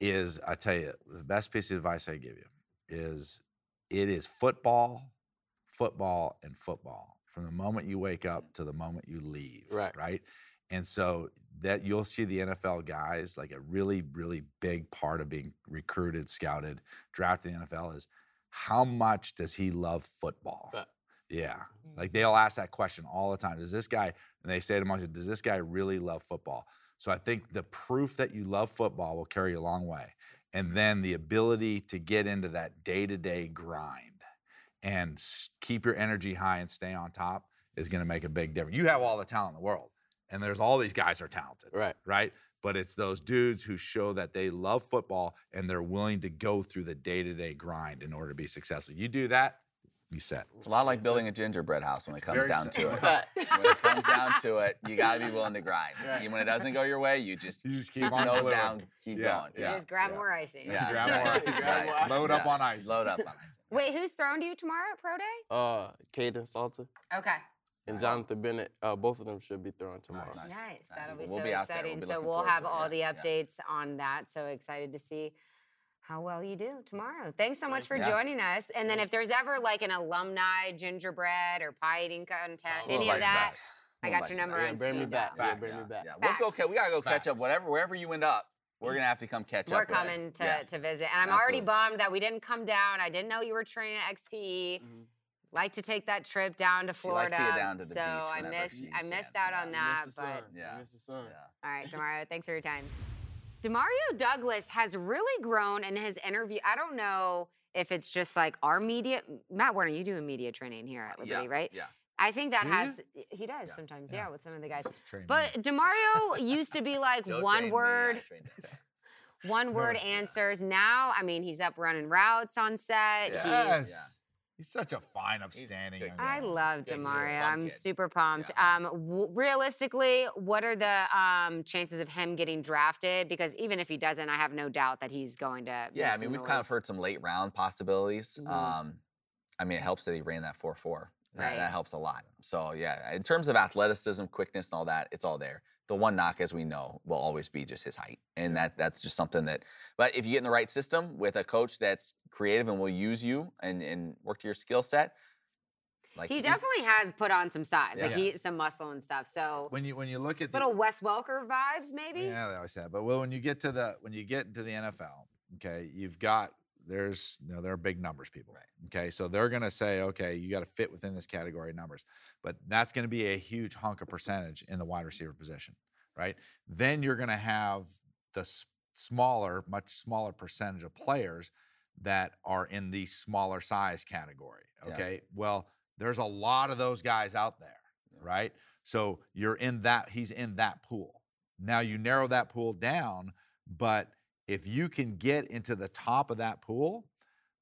Speaker 4: is I tell you, the best piece of advice I give you is it is football, football, and football from the moment you wake up to the moment you leave.
Speaker 6: Right.
Speaker 4: Right. And so that you'll see the NFL guys like a really, really big part of being recruited, scouted, drafted in the NFL is how much does he love football?
Speaker 6: Fact.
Speaker 4: Yeah. Like they'll ask that question all the time. Does this guy, and they say to myself, does this guy really love football? So I think the proof that you love football will carry you a long way. And then the ability to get into that day to day grind and s- keep your energy high and stay on top is going to make a big difference. You have all the talent in the world, and there's all these guys are talented
Speaker 6: Right.
Speaker 4: right? But it's those dudes who show that they love football and they're willing to go through the day to day grind in order to be successful. You do that, you set.
Speaker 3: It's a lot like building a gingerbread house when it comes
Speaker 4: very
Speaker 3: down
Speaker 4: simple.
Speaker 3: to it. when it comes down to it, you got to be willing to grind.
Speaker 6: Right.
Speaker 3: And When it doesn't go your way, you just
Speaker 4: You just
Speaker 3: keep
Speaker 4: keep
Speaker 3: your
Speaker 4: on
Speaker 3: nose
Speaker 4: going.
Speaker 3: down, keep
Speaker 4: Yeah,
Speaker 3: going.
Speaker 2: You
Speaker 4: yeah.
Speaker 2: just grab more icing.
Speaker 3: Yeah.
Speaker 4: Grab
Speaker 3: right,
Speaker 4: more
Speaker 3: right,
Speaker 4: ice,
Speaker 3: right.
Speaker 6: grab more
Speaker 4: Load up on ice.
Speaker 3: Load up on ice.
Speaker 2: Wait, who's throwing to you tomorrow at Pro Day?
Speaker 6: Uh, Caden Salter
Speaker 2: Okay.
Speaker 6: and
Speaker 3: Right.
Speaker 6: Jonathan Bennett. Uh, both of them should be throwing tomorrow.
Speaker 3: Nice.
Speaker 2: Nice.
Speaker 3: Nice.
Speaker 2: That'll be
Speaker 3: We'll
Speaker 2: so
Speaker 3: be out there. We'll
Speaker 2: exciting.
Speaker 3: be
Speaker 2: so
Speaker 3: looking
Speaker 2: we'll
Speaker 3: forward
Speaker 2: have
Speaker 3: to it.
Speaker 2: all the
Speaker 3: Yeah, yeah.
Speaker 2: updates on that. So excited to see how well you do tomorrow. Thanks so much for
Speaker 3: you. Yeah.
Speaker 2: joining us. And then if there's ever like an alumni gingerbread or pie eating contest,
Speaker 6: Oh,
Speaker 2: any
Speaker 6: we'll
Speaker 2: of
Speaker 6: invite you
Speaker 2: that,
Speaker 3: back.
Speaker 2: I
Speaker 3: We'll
Speaker 2: got your
Speaker 3: invite you
Speaker 2: number
Speaker 6: back. Yeah,
Speaker 2: on
Speaker 6: bring me
Speaker 2: speed dial.
Speaker 6: back. Yeah,
Speaker 3: Facts.
Speaker 6: bring me back.
Speaker 3: Yeah, We'll go,
Speaker 2: Facts.
Speaker 3: we gotta go catch up.
Speaker 4: Facts.
Speaker 3: Whatever, wherever you end up, we're gonna have to come catch
Speaker 2: We're
Speaker 3: up. with you.
Speaker 2: coming to,
Speaker 3: Yeah.
Speaker 2: to visit. And I'm already
Speaker 3: Absolutely.
Speaker 2: bummed that we didn't come down. I didn't know you were training at XPE.
Speaker 6: Mhm.
Speaker 2: Like to take that trip down to
Speaker 3: Mm. She likes
Speaker 2: Florida.
Speaker 3: to get down to the
Speaker 2: so
Speaker 3: beach
Speaker 2: I
Speaker 3: whenever
Speaker 2: missed
Speaker 3: she
Speaker 2: I
Speaker 3: can.
Speaker 2: missed out on
Speaker 3: You
Speaker 2: that.
Speaker 6: Mr.
Speaker 2: But
Speaker 6: Sun.
Speaker 3: Yeah.
Speaker 6: Mr. Sun.
Speaker 3: Yeah.
Speaker 2: all right, Demario, thanks for your time. Demario Douglas has really grown in his interview. I don't know if it's just like our media. Matt Warner, you do a media training here at Liberty,
Speaker 3: yeah,
Speaker 2: right?
Speaker 3: Yeah.
Speaker 2: I think that
Speaker 4: Do you?
Speaker 2: has he does
Speaker 4: Yeah,
Speaker 2: sometimes, yeah.
Speaker 4: yeah.
Speaker 2: with some of the guys.
Speaker 4: Train
Speaker 2: But Demario used to be like
Speaker 3: Joe trained
Speaker 2: one
Speaker 3: me, I
Speaker 2: word,
Speaker 3: trained him.
Speaker 2: one word
Speaker 4: yeah.
Speaker 2: answers. Now, I mean, he's up running routes on set.
Speaker 4: yes.
Speaker 2: He's
Speaker 4: He's such a fine,
Speaker 3: He's
Speaker 4: upstanding.
Speaker 3: big.
Speaker 4: young
Speaker 2: I
Speaker 4: man.
Speaker 2: love
Speaker 3: Yeah, he's a
Speaker 2: Demario.
Speaker 3: fun
Speaker 2: I'm
Speaker 3: kid.
Speaker 2: super pumped. Um, w- realistically, what are the um, chances of him getting drafted? Because even if he doesn't, I have no doubt that he's going to. make
Speaker 3: Yeah, I
Speaker 2: some
Speaker 3: mean, we've kind of
Speaker 2: noise.
Speaker 3: heard some late round possibilities.
Speaker 2: Mm-hmm.
Speaker 6: Mhm.
Speaker 3: Um, I mean, it helps that he ran that 4 4. That,
Speaker 2: Right.
Speaker 3: that helps a lot. So, yeah, in terms of athleticism, quickness, and all that, it's all there. The one knock, as we know, will always be just his height. And that that's just something that, but if you get in the right system with a coach that's creative and will use you and, and work to your skill set, like
Speaker 2: He
Speaker 3: he's-
Speaker 2: definitely has put on some size, like
Speaker 4: Yeah.
Speaker 2: he some muscle and stuff. So
Speaker 5: When you when you look at the
Speaker 2: little Wes Welker vibes, maybe.
Speaker 5: Yeah, they always say that. But well, when you get to the when you get into the NFL, okay, you've got there's you know there are big numbers people,
Speaker 3: Right.
Speaker 5: okay, so they're gonna say okay, you got to fit within this category of numbers, but that's gonna be a huge hunk of percentage in the wide receiver position, right? Then you're gonna have the s- smaller, much smaller percentage of players that are in the smaller size category.
Speaker 3: Yeah.
Speaker 5: Okay, well, there's a lot of those guys out there, right? So you're in that, he's in that pool. Now you narrow that pool down, but if you can get into the top of that pool,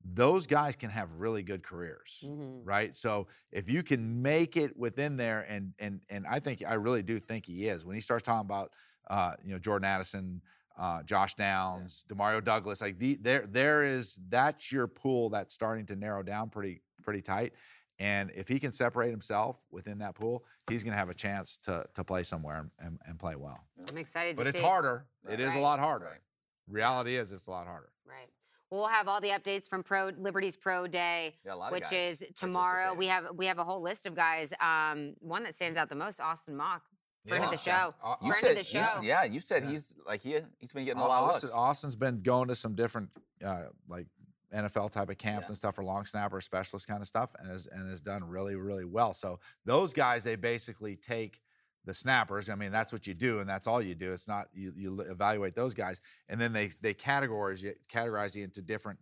Speaker 5: those guys can have really good careers,
Speaker 2: Mm-hmm.
Speaker 5: right? So if you can make it within there, and and and I think I really do think he is. When he starts talking about, uh, you know, Jordan Addison, uh, Josh Downs, Demario Douglas, like the, there there is that's your pool that's starting to narrow down pretty pretty tight. And if he can separate himself within that pool, he's going to have a chance to to play somewhere and- and, and play well.
Speaker 2: I'm excited
Speaker 5: But
Speaker 2: to
Speaker 5: it's
Speaker 2: see.
Speaker 5: harder.
Speaker 3: Right.
Speaker 5: It is
Speaker 2: Right.
Speaker 5: a lot harder.
Speaker 3: Right.
Speaker 5: Reality is it's a lot harder.
Speaker 2: Right. Well, we'll have all the updates from Pro Liberty's Pro Day.
Speaker 3: Yeah, a lot of
Speaker 2: which
Speaker 3: guys
Speaker 2: is tomorrow. We
Speaker 3: participated.
Speaker 2: have we have a whole list of guys. Um, one that stands out the most, Austin Mock, friend of the
Speaker 5: Yeah. Uh,
Speaker 2: show.
Speaker 5: Au-
Speaker 2: Friend
Speaker 3: You
Speaker 2: of
Speaker 3: said,
Speaker 2: the
Speaker 3: you s-
Speaker 2: show.
Speaker 3: yeah, you said
Speaker 5: Yeah.
Speaker 3: he's like he he's been getting a
Speaker 5: Au-
Speaker 3: lot of
Speaker 5: Austin,
Speaker 3: looks.
Speaker 5: Austin's been going to some different uh, like NFL type of camps
Speaker 3: Yeah.
Speaker 5: and stuff for long snapper specialist kind of stuff, and has and has done really really well. So those guys, they basically take the snappers. I mean, that's what you do, and that's all you do. It's not you you l- evaluate those guys, and then they they categorize you categorize you into different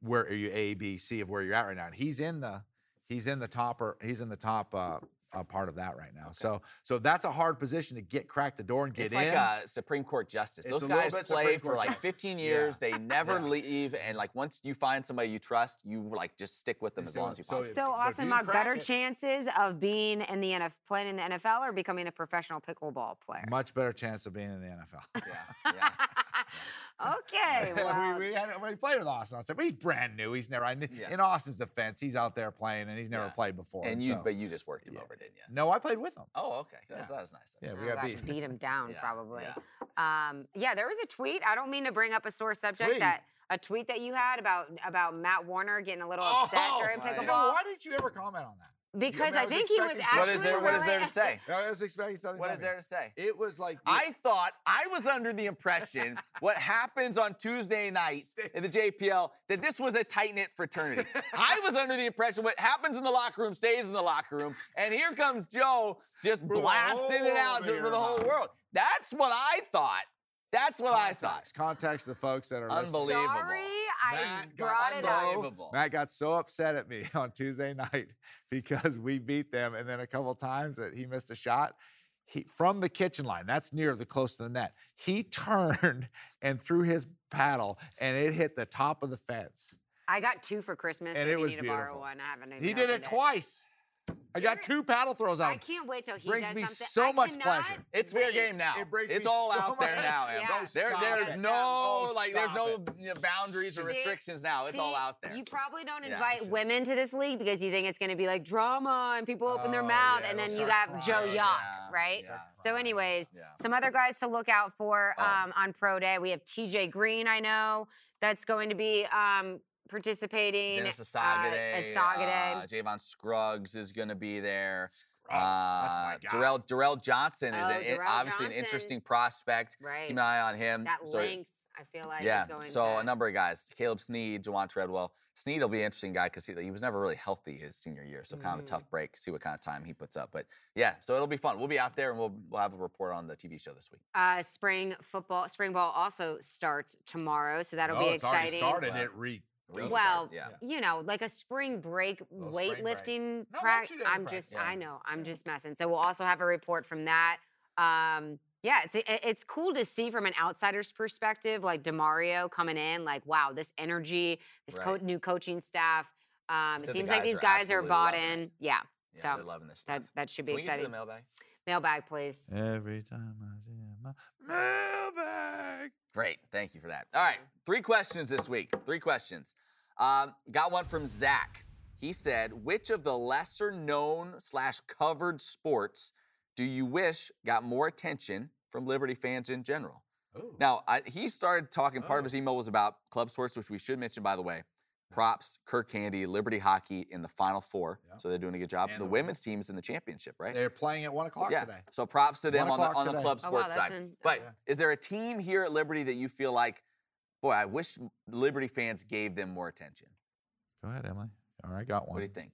Speaker 5: where are you A B C of where you're at right now. And he's in the he's in the topper he's in the top. Uh, uh part of that right now, so so that's a hard position to get crack the door and get
Speaker 3: it's like
Speaker 5: in.
Speaker 3: a Supreme Court justice.
Speaker 5: It's
Speaker 3: Those
Speaker 5: a little
Speaker 3: guys
Speaker 5: bit
Speaker 3: play
Speaker 5: Supreme
Speaker 3: for
Speaker 5: Court
Speaker 3: like
Speaker 5: justice.
Speaker 3: 15
Speaker 5: Yeah.
Speaker 3: years. They never
Speaker 5: Yeah.
Speaker 3: leave, and like once you find somebody you trust, you like just stick with them
Speaker 5: You
Speaker 3: as
Speaker 5: stick
Speaker 3: long
Speaker 5: with
Speaker 3: as you
Speaker 5: them. So
Speaker 3: possibly.
Speaker 5: if-
Speaker 2: So
Speaker 5: but if
Speaker 2: Austin
Speaker 5: you
Speaker 2: Mock,
Speaker 5: crack
Speaker 2: better
Speaker 5: it-
Speaker 2: chances of being in the NFL, playing in the NFL, or becoming a professional pickleball player.
Speaker 5: Much better chance of being in the NFL.
Speaker 3: yeah, yeah.
Speaker 2: Okay. Well,
Speaker 5: we, we, had, we played with Austin. I said, but he's brand new. He's never. I, kn-
Speaker 3: Yeah.
Speaker 5: In Austin's defense, he's out there playing and he's never
Speaker 3: Yeah.
Speaker 5: played before.
Speaker 3: And you,
Speaker 5: so-
Speaker 3: but you just worked him
Speaker 5: Yeah.
Speaker 3: over, didn't you?
Speaker 5: no, I played with him.
Speaker 3: Oh, okay. That's,
Speaker 5: Yeah.
Speaker 3: That was nice.
Speaker 5: Yeah,
Speaker 3: Okay.
Speaker 5: we got
Speaker 2: Oh, gosh,
Speaker 5: beat.
Speaker 2: beat him down
Speaker 3: Yeah,
Speaker 2: probably.
Speaker 3: yeah.
Speaker 2: Um, yeah, there was a tweet. I don't mean to bring up a sore subject
Speaker 5: Tweet?
Speaker 2: that a tweet that you had about about Matt Warner getting a little upset during
Speaker 3: my-
Speaker 5: Oh, You know,
Speaker 2: pickleball
Speaker 5: why didn't you ever comment on that?
Speaker 2: because
Speaker 5: man
Speaker 2: I
Speaker 5: was
Speaker 2: think he was
Speaker 5: expecting
Speaker 2: actually
Speaker 3: What
Speaker 5: something.
Speaker 3: is there? What is
Speaker 2: really-
Speaker 3: there to say?
Speaker 5: I was expecting something.
Speaker 3: What
Speaker 5: from
Speaker 3: is
Speaker 5: you.
Speaker 3: there to say?
Speaker 5: It was like
Speaker 3: I thought I was under the impression what happens on Tuesday nights in the JPL that this was a tight knit fraternity. I was under the impression what happens in the locker room stays in the locker room, and here comes Joe just
Speaker 5: For the
Speaker 3: blasting
Speaker 5: whole
Speaker 3: it out
Speaker 5: world
Speaker 3: to,
Speaker 5: to
Speaker 3: for
Speaker 5: hear
Speaker 3: the whole
Speaker 5: about.
Speaker 3: world. That's what I thought. That's what I thought.
Speaker 5: context, context the folks that are listening.
Speaker 3: Unbelievable.
Speaker 2: Sorry, I
Speaker 5: Matt got
Speaker 2: brought it up.
Speaker 5: so- Matt got so upset at me on Tuesday night because we beat them, and then a couple times that he missed a shot. He, from the kitchen line, that's near the close to the net. He turned and threw his paddle, and it hit the top of the fence.
Speaker 2: I got two for Christmas,
Speaker 5: And
Speaker 2: if
Speaker 5: it
Speaker 2: you
Speaker 5: was
Speaker 2: need to borrow
Speaker 5: beautiful.
Speaker 2: one. I haven't. Even
Speaker 5: He did
Speaker 2: opened
Speaker 5: it twice. I got
Speaker 2: You're-
Speaker 5: two paddle throws out.
Speaker 2: I
Speaker 5: of him.
Speaker 2: can't wait till he
Speaker 5: Brings
Speaker 2: does
Speaker 5: me
Speaker 2: something.
Speaker 5: so
Speaker 2: I
Speaker 5: much
Speaker 2: cannot
Speaker 5: pleasure.
Speaker 3: It's fair game
Speaker 2: wait.
Speaker 3: now.
Speaker 5: It brings
Speaker 3: it's
Speaker 5: me
Speaker 3: all
Speaker 5: so
Speaker 3: out there
Speaker 5: much-
Speaker 3: now.
Speaker 2: Yeah.
Speaker 3: Em.
Speaker 2: No,
Speaker 3: There,
Speaker 5: stop
Speaker 3: there's
Speaker 2: it.
Speaker 3: no
Speaker 5: Oh,
Speaker 3: like, there's
Speaker 5: stop
Speaker 3: no you know, boundaries or
Speaker 2: See?
Speaker 3: restrictions now. Oh, It's all
Speaker 2: See,
Speaker 3: out there.
Speaker 2: You probably don't
Speaker 3: Yeah,
Speaker 2: invite
Speaker 3: sure.
Speaker 2: women to this league because you think it's going to be like drama and people open their
Speaker 5: Oh,
Speaker 2: mouth,
Speaker 5: yeah,
Speaker 2: and
Speaker 5: they'll
Speaker 2: then you have
Speaker 5: start
Speaker 2: Joe Yock,
Speaker 5: crying.
Speaker 3: Yeah,
Speaker 2: right?
Speaker 3: yeah.
Speaker 2: So, anyways,
Speaker 3: Yeah.
Speaker 2: some other guys to look out for
Speaker 3: Oh.
Speaker 2: um, on pro day. We have TJ Green, I know, that's going to be um, participating.
Speaker 3: Dennis
Speaker 2: Uh,
Speaker 3: Asagade.
Speaker 2: Asagade.
Speaker 3: Uh, Javon Scruggs is going to be there.
Speaker 5: Oh, That's my
Speaker 3: Uh,
Speaker 5: guy.
Speaker 3: Darrell, Darrell Johnson is
Speaker 2: Oh,
Speaker 3: an-
Speaker 2: Darrell
Speaker 3: obviously
Speaker 2: Johnson.
Speaker 3: an interesting prospect.
Speaker 2: right.
Speaker 3: Keep an eye on him.
Speaker 2: that
Speaker 3: So-
Speaker 2: length, I feel like,
Speaker 3: yeah.
Speaker 2: is going
Speaker 3: so
Speaker 2: to.
Speaker 3: a number of guys: Caleb Sneed, Jawan Treadwell. Sneed will be an interesting guy because he, he was never really healthy his senior year, so kind of
Speaker 2: Mm.
Speaker 3: a tough break. See what kind of time he puts up. But yeah, so it'll be fun. We'll be out there and we'll we'll have a report on the TV show this week.
Speaker 2: Uh, spring football, spring ball also starts tomorrow, so that'll
Speaker 5: no,
Speaker 3: Oh,
Speaker 2: be
Speaker 5: it's
Speaker 2: exciting.
Speaker 5: already started.
Speaker 3: Wow.
Speaker 5: It re.
Speaker 3: Real
Speaker 2: Well,
Speaker 3: start, yeah.
Speaker 2: you know, like a spring break
Speaker 5: Little spring break.
Speaker 2: weightlifting
Speaker 5: No,
Speaker 2: prac-
Speaker 5: two days of
Speaker 2: I'm
Speaker 5: practice,
Speaker 2: just,
Speaker 3: yeah.
Speaker 2: I know, I'm just messing. So we'll also have a report from that. Um, yeah, it's it- it's cool to see from an outsider's perspective, like Demario coming in, like wow, this energy, this co-
Speaker 3: Right.
Speaker 2: new coaching staff. Um,
Speaker 3: Said the
Speaker 2: it seems like
Speaker 3: guys
Speaker 2: these
Speaker 3: are
Speaker 2: guys are
Speaker 3: absolutely
Speaker 2: bought
Speaker 3: loving it.
Speaker 2: in. Yeah,
Speaker 3: Yeah,
Speaker 2: So,
Speaker 3: they're loving this.
Speaker 2: that
Speaker 3: stuff.
Speaker 2: that should be
Speaker 3: Can we get to
Speaker 2: exciting.
Speaker 3: the mailbag?
Speaker 2: Mailbag, please.
Speaker 5: Every time I see my mailbag.
Speaker 3: Great. Thank you for that. All right. Three questions this week. Three questions. Um, got one from Zach. He said, which of the lesser known slash covered sports do you wish got more attention from Liberty fans in general? Now, I, he started talking, part of
Speaker 5: Oh.
Speaker 3: his email was about club sports, which we should mention, by the way. Props, Kirk Candy, Liberty Hockey in the Final Four.
Speaker 5: Yeah.
Speaker 3: So they're doing a good job.
Speaker 5: And
Speaker 3: the
Speaker 5: the
Speaker 3: women's team is in the championship, right?
Speaker 5: They're playing at one o'clock
Speaker 3: yeah.
Speaker 5: today.
Speaker 3: So props to them
Speaker 5: One
Speaker 3: on the,
Speaker 5: o'clock
Speaker 3: on the
Speaker 5: today.
Speaker 3: club
Speaker 2: Oh, wow,
Speaker 3: sports
Speaker 2: that's
Speaker 3: side.
Speaker 2: in-
Speaker 3: But
Speaker 5: okay.
Speaker 3: is there a team here at Liberty that you feel like, boy, I wish Liberty fans gave them more attention?
Speaker 5: Go ahead, Emily. All right, got one.
Speaker 3: What do you think?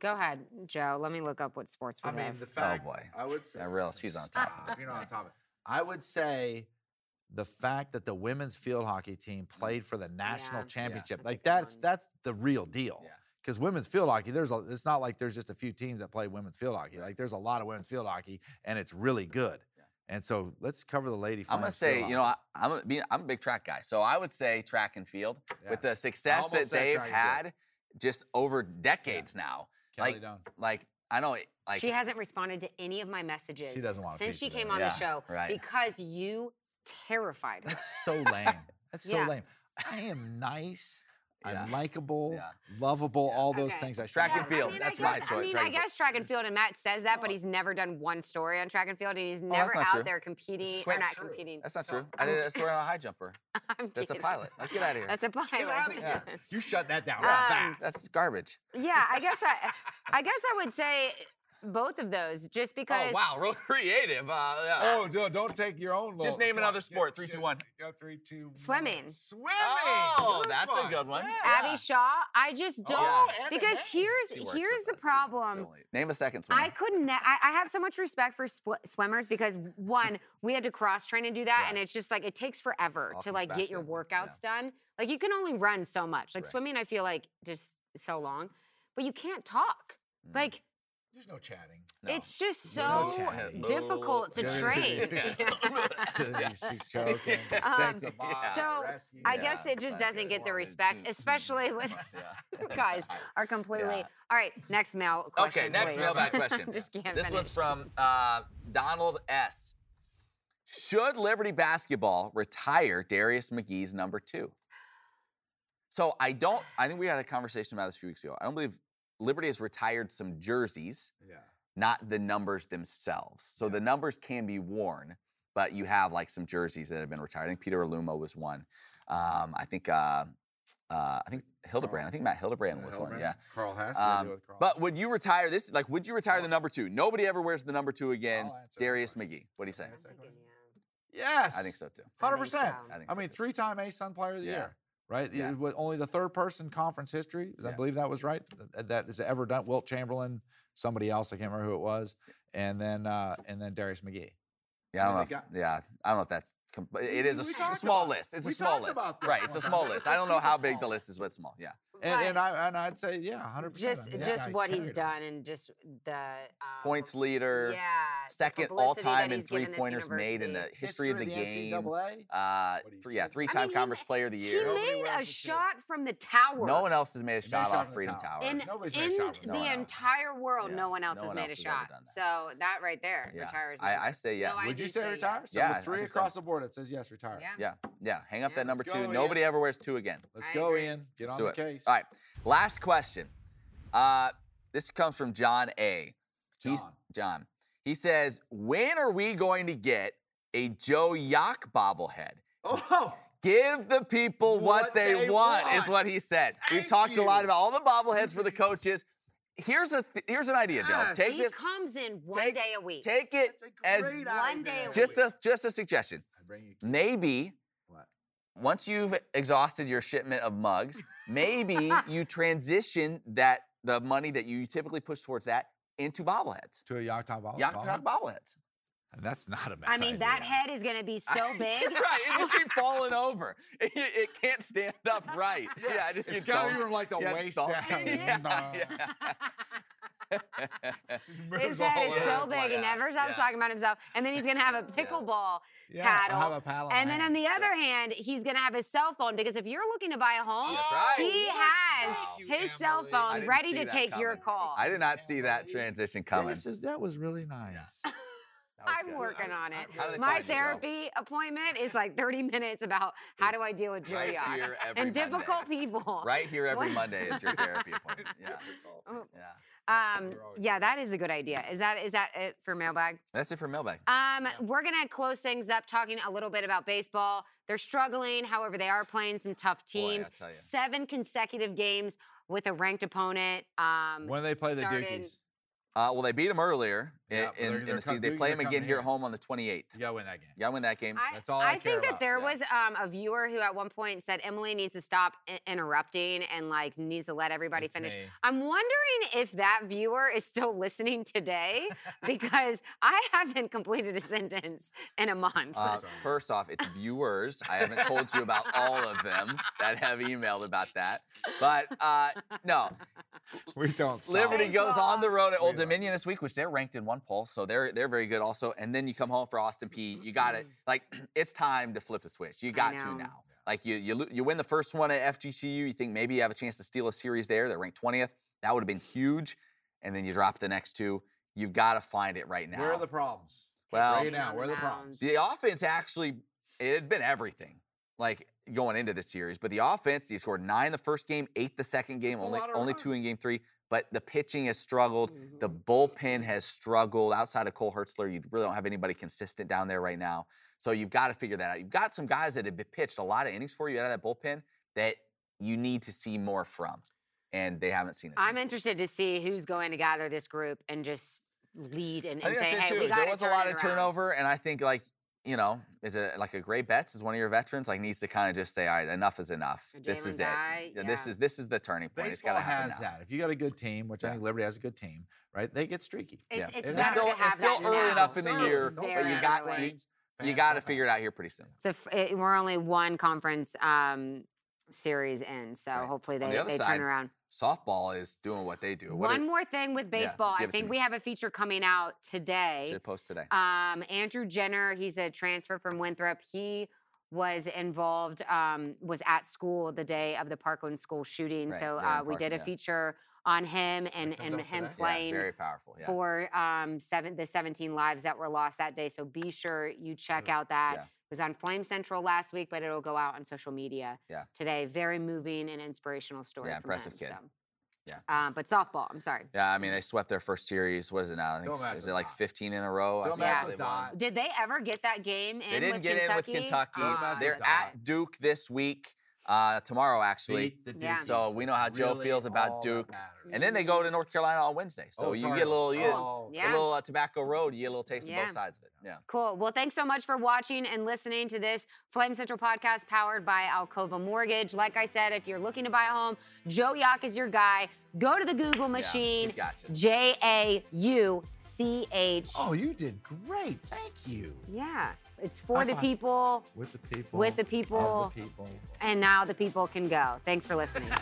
Speaker 2: Go ahead, Joe. Let me look up what sports we
Speaker 5: I mean,
Speaker 2: have.
Speaker 5: the fact.
Speaker 3: boy.
Speaker 5: I would say.
Speaker 3: Yeah, real- she's on top of
Speaker 5: Stop, You're not on top of it. I would say the fact that the women's field hockey team played for the national
Speaker 2: Yeah,
Speaker 5: championship,
Speaker 2: that's a
Speaker 5: like
Speaker 2: good
Speaker 5: that's
Speaker 2: one.
Speaker 5: that's the real deal.
Speaker 3: Yeah.
Speaker 5: Because women's field hockey, there's a, it's not like there's just a few teams that play women's field hockey. Like there's a lot of women's field hockey, and it's really good.
Speaker 3: Yeah.
Speaker 5: And so let's cover the lady.
Speaker 3: I'm gonna
Speaker 5: women's field
Speaker 3: say, you know, I,
Speaker 5: hockey.
Speaker 3: I'm a, being, I'm a big track guy, so I would say track and field with
Speaker 5: Yeah.
Speaker 3: the success
Speaker 5: almost
Speaker 3: that
Speaker 5: said
Speaker 3: they've
Speaker 5: track and
Speaker 3: had just over decades now.
Speaker 5: Kelly
Speaker 3: like-
Speaker 5: Dunn.
Speaker 3: Like I know, it- like
Speaker 2: she hasn't responded to any of my messages
Speaker 5: She doesn't want a
Speaker 2: since
Speaker 5: piece
Speaker 2: she
Speaker 5: of
Speaker 2: came
Speaker 5: this.
Speaker 2: on the
Speaker 3: Yeah,
Speaker 2: show
Speaker 3: right.
Speaker 2: because you terrified her.
Speaker 5: That's so lame. That's so
Speaker 2: Yeah.
Speaker 5: lame. I am nice.
Speaker 3: Yeah.
Speaker 5: I'm likable,
Speaker 3: Yeah.
Speaker 5: lovable,
Speaker 3: Yeah.
Speaker 5: all those
Speaker 2: Okay.
Speaker 5: things. I should
Speaker 3: Track
Speaker 5: be
Speaker 3: and
Speaker 5: doing.
Speaker 3: field,
Speaker 2: I mean,
Speaker 3: that's
Speaker 2: I
Speaker 3: my
Speaker 2: guess,
Speaker 3: choice,
Speaker 2: I mean,
Speaker 3: track
Speaker 2: I
Speaker 3: and field.
Speaker 2: guess track and field, and Matt says that, but he's never done one story on track and field, and he's
Speaker 3: that's
Speaker 2: never
Speaker 3: not
Speaker 2: out
Speaker 3: true.
Speaker 2: there competing
Speaker 5: It's
Speaker 2: or
Speaker 5: not
Speaker 2: not
Speaker 5: true.
Speaker 2: competing.
Speaker 3: that's not true. I did a story on a high jumper.
Speaker 2: I'm
Speaker 3: That's a
Speaker 2: kidding.
Speaker 3: pilot. Like, get out of here.
Speaker 2: That's a pilot.
Speaker 5: outta
Speaker 3: here.
Speaker 5: You shut that down
Speaker 2: Um,
Speaker 3: That's garbage.
Speaker 2: yeah, I guess I, I guess I would say both of those, just because.
Speaker 3: Oh wow, real creative. Uh, yeah.
Speaker 5: Oh, don't, don't take your own.
Speaker 3: Just
Speaker 5: little-
Speaker 3: name
Speaker 5: come
Speaker 3: another
Speaker 5: on,
Speaker 3: sport.
Speaker 5: yeah,
Speaker 3: Three, two,
Speaker 5: yeah,
Speaker 3: one.
Speaker 5: yeah, three, two, one.
Speaker 2: Swimming.
Speaker 5: Swimming.
Speaker 3: Oh, that's a good one.
Speaker 2: Abby Shaw, I just don't
Speaker 5: Oh, and a
Speaker 2: because
Speaker 5: name.
Speaker 3: She
Speaker 2: here's here's the
Speaker 3: works with us, she works
Speaker 2: problem.
Speaker 3: only- Name a second swimmer.
Speaker 2: I couldn't. I, I have so much respect for sw- swimmers because one, we had to cross train and do that,
Speaker 3: Right.
Speaker 2: and it's just like it takes forever
Speaker 3: All
Speaker 2: to
Speaker 3: comes
Speaker 2: like
Speaker 3: back
Speaker 2: get your
Speaker 3: to it,
Speaker 2: workouts done. Like you can only run so much. Like
Speaker 3: Right.
Speaker 2: swimming, I feel like just so long, but you can't talk.
Speaker 3: Mm.
Speaker 2: Like
Speaker 5: There's no chatting.
Speaker 3: No.
Speaker 2: it's just so
Speaker 5: No chatting.
Speaker 2: difficult to
Speaker 5: Yeah.
Speaker 2: train.
Speaker 3: Yeah.
Speaker 5: You see choking,
Speaker 2: Um,
Speaker 5: sex the body,
Speaker 2: so,
Speaker 5: rescue.
Speaker 2: I
Speaker 3: Yeah,
Speaker 2: guess it just
Speaker 3: like
Speaker 2: doesn't
Speaker 3: it
Speaker 2: get the
Speaker 3: wanted
Speaker 2: respect,
Speaker 3: to-
Speaker 2: especially with
Speaker 3: Yeah.
Speaker 2: guys are completely.
Speaker 3: mm. Yeah.
Speaker 2: All right, next mail question.
Speaker 3: okay, next
Speaker 2: please.
Speaker 3: mailbag question.
Speaker 2: Just can't
Speaker 3: this
Speaker 2: finish.
Speaker 3: one's from uh, Donald S. Should Liberty basketball retire Darius McGee's number two? So I don't. I think we had a conversation about this a few weeks ago. I don't believe Liberty has retired some jerseys,
Speaker 5: Yeah.
Speaker 3: not the numbers themselves. So the numbers can be worn, but you have like some jerseys that have been retired. I think Peter Aluma was one. Um, I think. Uh, uh, I think Hildebrand. I think Matt Hildebrand was one. Yeah.
Speaker 5: Carl Haas.
Speaker 3: Um, But would you retire this? Like, would you retire the number two? Nobody ever wears the number two again.
Speaker 5: I'll answer that
Speaker 3: Darius
Speaker 5: question.
Speaker 3: McGee. What do you say?
Speaker 5: I'll answer that
Speaker 2: thinking,
Speaker 5: question.
Speaker 2: yeah.
Speaker 5: Yes.
Speaker 3: I think so too.
Speaker 5: Hundred
Speaker 2: I think so.
Speaker 5: percent.
Speaker 3: I think
Speaker 5: I
Speaker 3: so
Speaker 5: mean,
Speaker 3: too.
Speaker 5: three-time ASUN Player of the
Speaker 3: Yeah.
Speaker 5: Year, right?
Speaker 3: Yeah.
Speaker 5: It was only the third person conference history. I
Speaker 3: Yeah.
Speaker 5: believe that was right. That, that is ever done. Wilt Chamberlain, somebody else. I can't remember who it was, and then uh, and then Darius McGee.
Speaker 3: Yeah, I don't know.
Speaker 5: they
Speaker 3: If,
Speaker 5: got-
Speaker 3: yeah, I don't know if that's. Com- but it is a
Speaker 5: we
Speaker 3: s-
Speaker 5: talked
Speaker 3: small
Speaker 5: about-
Speaker 3: list. It's a
Speaker 5: we
Speaker 3: small
Speaker 5: talked
Speaker 3: list,
Speaker 5: about this
Speaker 3: right? It's a
Speaker 5: one time.
Speaker 3: small
Speaker 5: It
Speaker 3: list.
Speaker 5: was
Speaker 3: I
Speaker 5: a
Speaker 3: don't know how
Speaker 5: super
Speaker 3: big the
Speaker 5: small
Speaker 3: list is, but it's small. Yeah,
Speaker 5: And,
Speaker 2: But
Speaker 5: and I and I'd say yeah, hundred percent.
Speaker 2: just just what he's done and just the um,
Speaker 3: points leader,
Speaker 2: Yeah, the
Speaker 3: second
Speaker 2: publicity
Speaker 3: all
Speaker 2: that
Speaker 3: time in
Speaker 2: he's given
Speaker 3: three
Speaker 2: this
Speaker 3: pointers made in the
Speaker 2: university.
Speaker 3: history, of the, game.
Speaker 5: NCAA.
Speaker 3: Uh,
Speaker 5: What are you
Speaker 3: three, yeah,
Speaker 5: kidding?
Speaker 2: I
Speaker 3: three
Speaker 2: mean,
Speaker 3: time
Speaker 2: he
Speaker 3: Conference
Speaker 2: ma-
Speaker 3: Player of the
Speaker 2: He
Speaker 3: Year.
Speaker 5: Nobody
Speaker 2: made
Speaker 5: wears
Speaker 2: a
Speaker 5: the shoe.
Speaker 2: shot from the tower.
Speaker 3: No one else has made a
Speaker 5: made
Speaker 3: shot
Speaker 5: shot
Speaker 3: off
Speaker 5: from the
Speaker 3: Freedom Tower.
Speaker 5: tower.
Speaker 2: in,
Speaker 5: Nobody's made a
Speaker 2: in
Speaker 5: shot from
Speaker 2: the
Speaker 3: the tower.
Speaker 2: entire world,
Speaker 3: Yeah,
Speaker 2: no one else
Speaker 3: no
Speaker 2: has
Speaker 3: one
Speaker 2: made
Speaker 3: else
Speaker 2: a
Speaker 3: has ever
Speaker 2: shot.
Speaker 3: done that.
Speaker 2: So that right there
Speaker 3: Yeah.
Speaker 2: retires.
Speaker 3: I,
Speaker 2: me.
Speaker 3: I say yes.
Speaker 2: I
Speaker 5: Would you
Speaker 2: do
Speaker 5: say
Speaker 2: say
Speaker 5: retire?
Speaker 2: yes.
Speaker 5: So
Speaker 3: Yeah, I
Speaker 5: the three
Speaker 3: think so.
Speaker 5: across the board. It says yes, retire.
Speaker 2: yeah.
Speaker 3: Yeah, yeah. Hang up
Speaker 2: Yeah.
Speaker 3: that number
Speaker 5: Let's
Speaker 3: two.
Speaker 5: go, Ian.
Speaker 3: Nobody ever wears two again.
Speaker 5: Let's
Speaker 2: I
Speaker 5: go,
Speaker 2: agree.
Speaker 5: Ian. Get
Speaker 3: Let's
Speaker 5: on
Speaker 3: do
Speaker 5: the
Speaker 3: it.
Speaker 5: case.
Speaker 3: All right. Last question. Uh, this comes from John A. He's,
Speaker 5: John.
Speaker 3: John. He says, "When are we going to get a Joe Yock bobblehead?
Speaker 5: Oh,
Speaker 3: Give the people what,
Speaker 5: What
Speaker 3: they,
Speaker 5: they
Speaker 3: want, is
Speaker 5: want.
Speaker 3: what he said. We've
Speaker 5: Thank
Speaker 3: talked a lot
Speaker 5: you. Mm-hmm.
Speaker 3: about all the bobbleheads for the coaches. Here's a th- here's an idea,
Speaker 5: Yes.
Speaker 3: Joe. Take
Speaker 2: He
Speaker 3: this,
Speaker 2: comes in one
Speaker 3: take-
Speaker 2: day a week.
Speaker 3: take it
Speaker 5: that's a great
Speaker 3: as
Speaker 5: idea.
Speaker 2: One day a week.
Speaker 3: just a just a suggestion.
Speaker 5: I bring you.
Speaker 3: Maybe
Speaker 5: What?
Speaker 3: once you've exhausted your shipment of mugs, maybe you transition that the money that you typically push towards that into bobbleheads.
Speaker 5: To a yacht top ball.
Speaker 3: Yacht
Speaker 5: ball?
Speaker 3: Talk bobbleheads.
Speaker 5: That's not a bad
Speaker 2: I mean, that
Speaker 5: idea.
Speaker 2: head is going to be so big.
Speaker 3: right, it just keep falling over. It, it can't stand up right. Yeah, it just
Speaker 5: It's
Speaker 3: keep
Speaker 5: got to
Speaker 3: falling.
Speaker 5: be from like the
Speaker 3: Yeah,
Speaker 5: waist
Speaker 3: dog.
Speaker 5: down.
Speaker 2: Yeah,
Speaker 5: Nah. Just
Speaker 2: His
Speaker 5: moves all
Speaker 2: head is
Speaker 5: over
Speaker 2: so
Speaker 5: the
Speaker 2: big, he
Speaker 5: place.
Speaker 2: never stops
Speaker 3: Oh Yeah.
Speaker 2: talking about himself. And then he's gonna have a
Speaker 3: Yeah.
Speaker 2: pickleball,
Speaker 5: Yeah,
Speaker 2: paddle.
Speaker 5: I'll have a paddle.
Speaker 2: and then on
Speaker 5: hand.
Speaker 2: the other hand, he's gonna have his cell phone because if you're looking to buy a home,
Speaker 3: That's right.
Speaker 2: he has
Speaker 5: Thank you,
Speaker 2: his cell
Speaker 5: Emily.
Speaker 3: I
Speaker 2: phone
Speaker 3: didn't
Speaker 2: ready
Speaker 3: see
Speaker 2: to
Speaker 3: that
Speaker 2: take your
Speaker 3: coming.
Speaker 2: call.
Speaker 3: I did not see that transition coming.
Speaker 5: This is that was really nice.
Speaker 3: That was
Speaker 2: I'm
Speaker 3: good.
Speaker 2: working on it.
Speaker 3: How do they
Speaker 2: My
Speaker 3: find you, Joe?
Speaker 2: therapy appointment is like 30 minutes about how do I deal with Joe
Speaker 3: Right
Speaker 2: Young
Speaker 3: here every
Speaker 2: and difficult
Speaker 3: Monday.
Speaker 2: people.
Speaker 3: Right here every
Speaker 2: What?
Speaker 3: Monday is your therapy appointment. Yeah.
Speaker 2: Oh,
Speaker 3: yeah.
Speaker 2: Um,
Speaker 5: You're always
Speaker 2: yeah, that is a good idea. Is that is that it for mailbag?
Speaker 3: That's it for mailbag.
Speaker 2: Um, we're gonna close things up talking a little bit about baseball. They're struggling, however, they are playing some tough
Speaker 3: Boy, I
Speaker 2: teams.
Speaker 3: tell ya.
Speaker 2: Seven consecutive games with a ranked opponent. Um,
Speaker 5: When they play the
Speaker 2: started-
Speaker 5: Dukies,
Speaker 3: Uh, well, they beat them earlier in,
Speaker 5: Yeah, but
Speaker 3: in,
Speaker 5: they're-
Speaker 3: in
Speaker 5: they're
Speaker 3: the
Speaker 5: com-
Speaker 3: season. They
Speaker 5: Dukies
Speaker 3: play
Speaker 5: are
Speaker 3: them again
Speaker 5: coming
Speaker 3: here at
Speaker 5: in.
Speaker 3: home on the 28th.
Speaker 5: you gotta win that game.
Speaker 3: Y'all win that game.
Speaker 2: I,
Speaker 5: That's all I care
Speaker 2: think that
Speaker 5: about,
Speaker 2: there
Speaker 3: yeah.
Speaker 2: was um, a viewer who at one point said Emily needs to stop i- interrupting and like needs to let everybody
Speaker 5: It's
Speaker 2: finish.
Speaker 5: me.
Speaker 2: I'm wondering if that viewer is still listening today because I haven't completed a sentence in a month.
Speaker 3: Uh,
Speaker 5: Sorry.
Speaker 3: first off, it's viewers. I haven't told you about all of them that have emailed about that. But uh, no,
Speaker 5: We don't. Stop.
Speaker 3: Liberty
Speaker 2: Thanks,
Speaker 3: goes
Speaker 2: Mom.
Speaker 3: on the road at
Speaker 5: We
Speaker 3: Old
Speaker 5: love you.
Speaker 3: Dominion this week, which they're ranked in one poll, so they're they're very good also. And then you come home for Austin P. You got to like it's time to flip the switch. You got to
Speaker 2: know.
Speaker 3: now. Like you you lo- you win the first one at FGCU, you think maybe you have a chance to steal a series there. They're ranked 20th. That would have been huge. And then you drop the next two. You've got to find it right now.
Speaker 5: Where are the problems?
Speaker 3: Well-
Speaker 5: right now, where are the problems?
Speaker 3: The offense actually, it had been everything, like going into this series. But the offense, he scored nine the first game, eight the second game,
Speaker 5: That's a
Speaker 3: only
Speaker 5: lot of
Speaker 3: only two
Speaker 5: runs.
Speaker 3: in game three. But the pitching has struggled. The
Speaker 2: Mhm.
Speaker 3: bullpen has struggled. Outside of Cole Hertzler, you really don't have anybody consistent down there right now. So you've got to figure that out. You've got some guys that have been pitched a lot of innings for you out of that bullpen that you need to see more from, and they haven't seen it.
Speaker 2: I'm
Speaker 3: this week.
Speaker 2: interested to see who's going to gather this group and just lead and,
Speaker 3: I
Speaker 2: and
Speaker 3: think
Speaker 2: say,
Speaker 3: that's
Speaker 2: hey,
Speaker 3: it too.
Speaker 2: we got
Speaker 3: there was a lot of turnover, and I think like you know, is it like a Gray Betts is one of your veterans like needs to kind of just say, all right, enough is enough.
Speaker 2: A
Speaker 3: This
Speaker 2: Jalen
Speaker 3: is
Speaker 2: Guy,
Speaker 3: it. Yeah, This
Speaker 2: yeah.
Speaker 3: is this is the turning point. it's
Speaker 5: Baseball
Speaker 3: gotta happen
Speaker 5: has
Speaker 3: now.
Speaker 5: that. If you got a good team, which
Speaker 3: Yeah.
Speaker 5: I think Liberty has a good team, right? They get streaky.
Speaker 2: It's,
Speaker 3: Yeah.
Speaker 2: it's
Speaker 5: It
Speaker 2: better
Speaker 5: still-
Speaker 2: to
Speaker 5: it's
Speaker 2: have
Speaker 3: still
Speaker 2: that
Speaker 3: early
Speaker 2: now.
Speaker 3: enough in the
Speaker 2: It's
Speaker 3: year,
Speaker 5: Don't
Speaker 2: very
Speaker 5: play
Speaker 3: you
Speaker 5: the
Speaker 3: got-
Speaker 2: early.
Speaker 3: you-
Speaker 5: Flames.
Speaker 3: You
Speaker 5: Fans
Speaker 3: got to
Speaker 5: don't
Speaker 3: figure it out here pretty soon.
Speaker 2: So f- it, we're only one conference um, series in, so
Speaker 3: Right.
Speaker 2: hopefully
Speaker 3: the
Speaker 2: they,
Speaker 3: other
Speaker 2: they
Speaker 3: side,
Speaker 2: turn around.
Speaker 3: Softball is doing what they do. What
Speaker 2: One
Speaker 3: did,
Speaker 2: more thing with baseball. I
Speaker 3: give it to
Speaker 2: think
Speaker 3: me.
Speaker 2: we have a feature coming out today.
Speaker 3: should it post today?
Speaker 2: Um, Andrew Jenner, he's a transfer from Winthrop. He was involved, um, was at school the day of the Parkland school shooting.
Speaker 3: Right,
Speaker 2: So
Speaker 3: they were in
Speaker 2: uh, we did
Speaker 3: Parkland,
Speaker 2: a
Speaker 3: yeah.
Speaker 2: feature on him and,
Speaker 5: comes
Speaker 2: and him
Speaker 5: out today? Yeah,
Speaker 2: playing
Speaker 3: yeah, very powerful. Yeah.
Speaker 2: for um, seven, the 17 lives that were lost that day. So be sure you check out that.
Speaker 3: Mm-hmm. yeah.
Speaker 2: It was on Flame Central last week, but it'll go out on social media
Speaker 3: Yeah.
Speaker 2: today. Very moving and inspirational story.
Speaker 3: Yeah,
Speaker 2: from
Speaker 3: impressive
Speaker 2: him,
Speaker 3: kid.
Speaker 2: so.
Speaker 3: Yeah.
Speaker 2: Um, but softball, I'm sorry.
Speaker 3: Yeah, I mean they swept their first series. What is it now? I think
Speaker 5: Don't mess
Speaker 3: is
Speaker 5: with
Speaker 3: it like
Speaker 5: Dot.
Speaker 3: 15 in a row? I
Speaker 5: Don't
Speaker 3: think
Speaker 2: mess
Speaker 3: they
Speaker 5: with
Speaker 3: won.
Speaker 5: Dot.
Speaker 2: Did they ever get that game in?
Speaker 3: They didn't
Speaker 2: with
Speaker 3: get
Speaker 2: Kentucky?
Speaker 3: in with Kentucky.
Speaker 5: Don't mess
Speaker 2: Ah,
Speaker 5: with
Speaker 3: They're
Speaker 5: Dot.
Speaker 3: at Duke this week, uh, tomorrow actually.
Speaker 5: Beat the
Speaker 2: Yeah.
Speaker 5: Dukies.
Speaker 3: So oh, we know how
Speaker 5: It's
Speaker 3: Joe feels about
Speaker 5: all that
Speaker 3: Duke.
Speaker 5: matters.
Speaker 3: And then they go to North Carolina on Wednesday. So
Speaker 5: Oh,
Speaker 3: you
Speaker 5: Tar
Speaker 3: get a little,
Speaker 5: Heels.
Speaker 3: you get
Speaker 5: Oh,
Speaker 3: a
Speaker 2: Yeah.
Speaker 3: little uh, Tobacco Road. You get a little taste
Speaker 2: Yeah.
Speaker 3: of both sides of it. Yeah.
Speaker 2: Cool. Well, thanks so much for watching and listening to this Flame Central podcast powered by Alcova Mortgage. Like I said, if you're looking to buy a home, Joe Yak is your guy. Go to the Google machine,
Speaker 3: he's got you.
Speaker 2: J A U C H.
Speaker 5: Oh, you did great. Thank you.
Speaker 2: Yeah, it's for the
Speaker 5: High five.
Speaker 2: people,
Speaker 5: With the people.
Speaker 2: With the
Speaker 5: of
Speaker 2: people.
Speaker 5: The people.
Speaker 2: and now the people can go. Thanks for listening.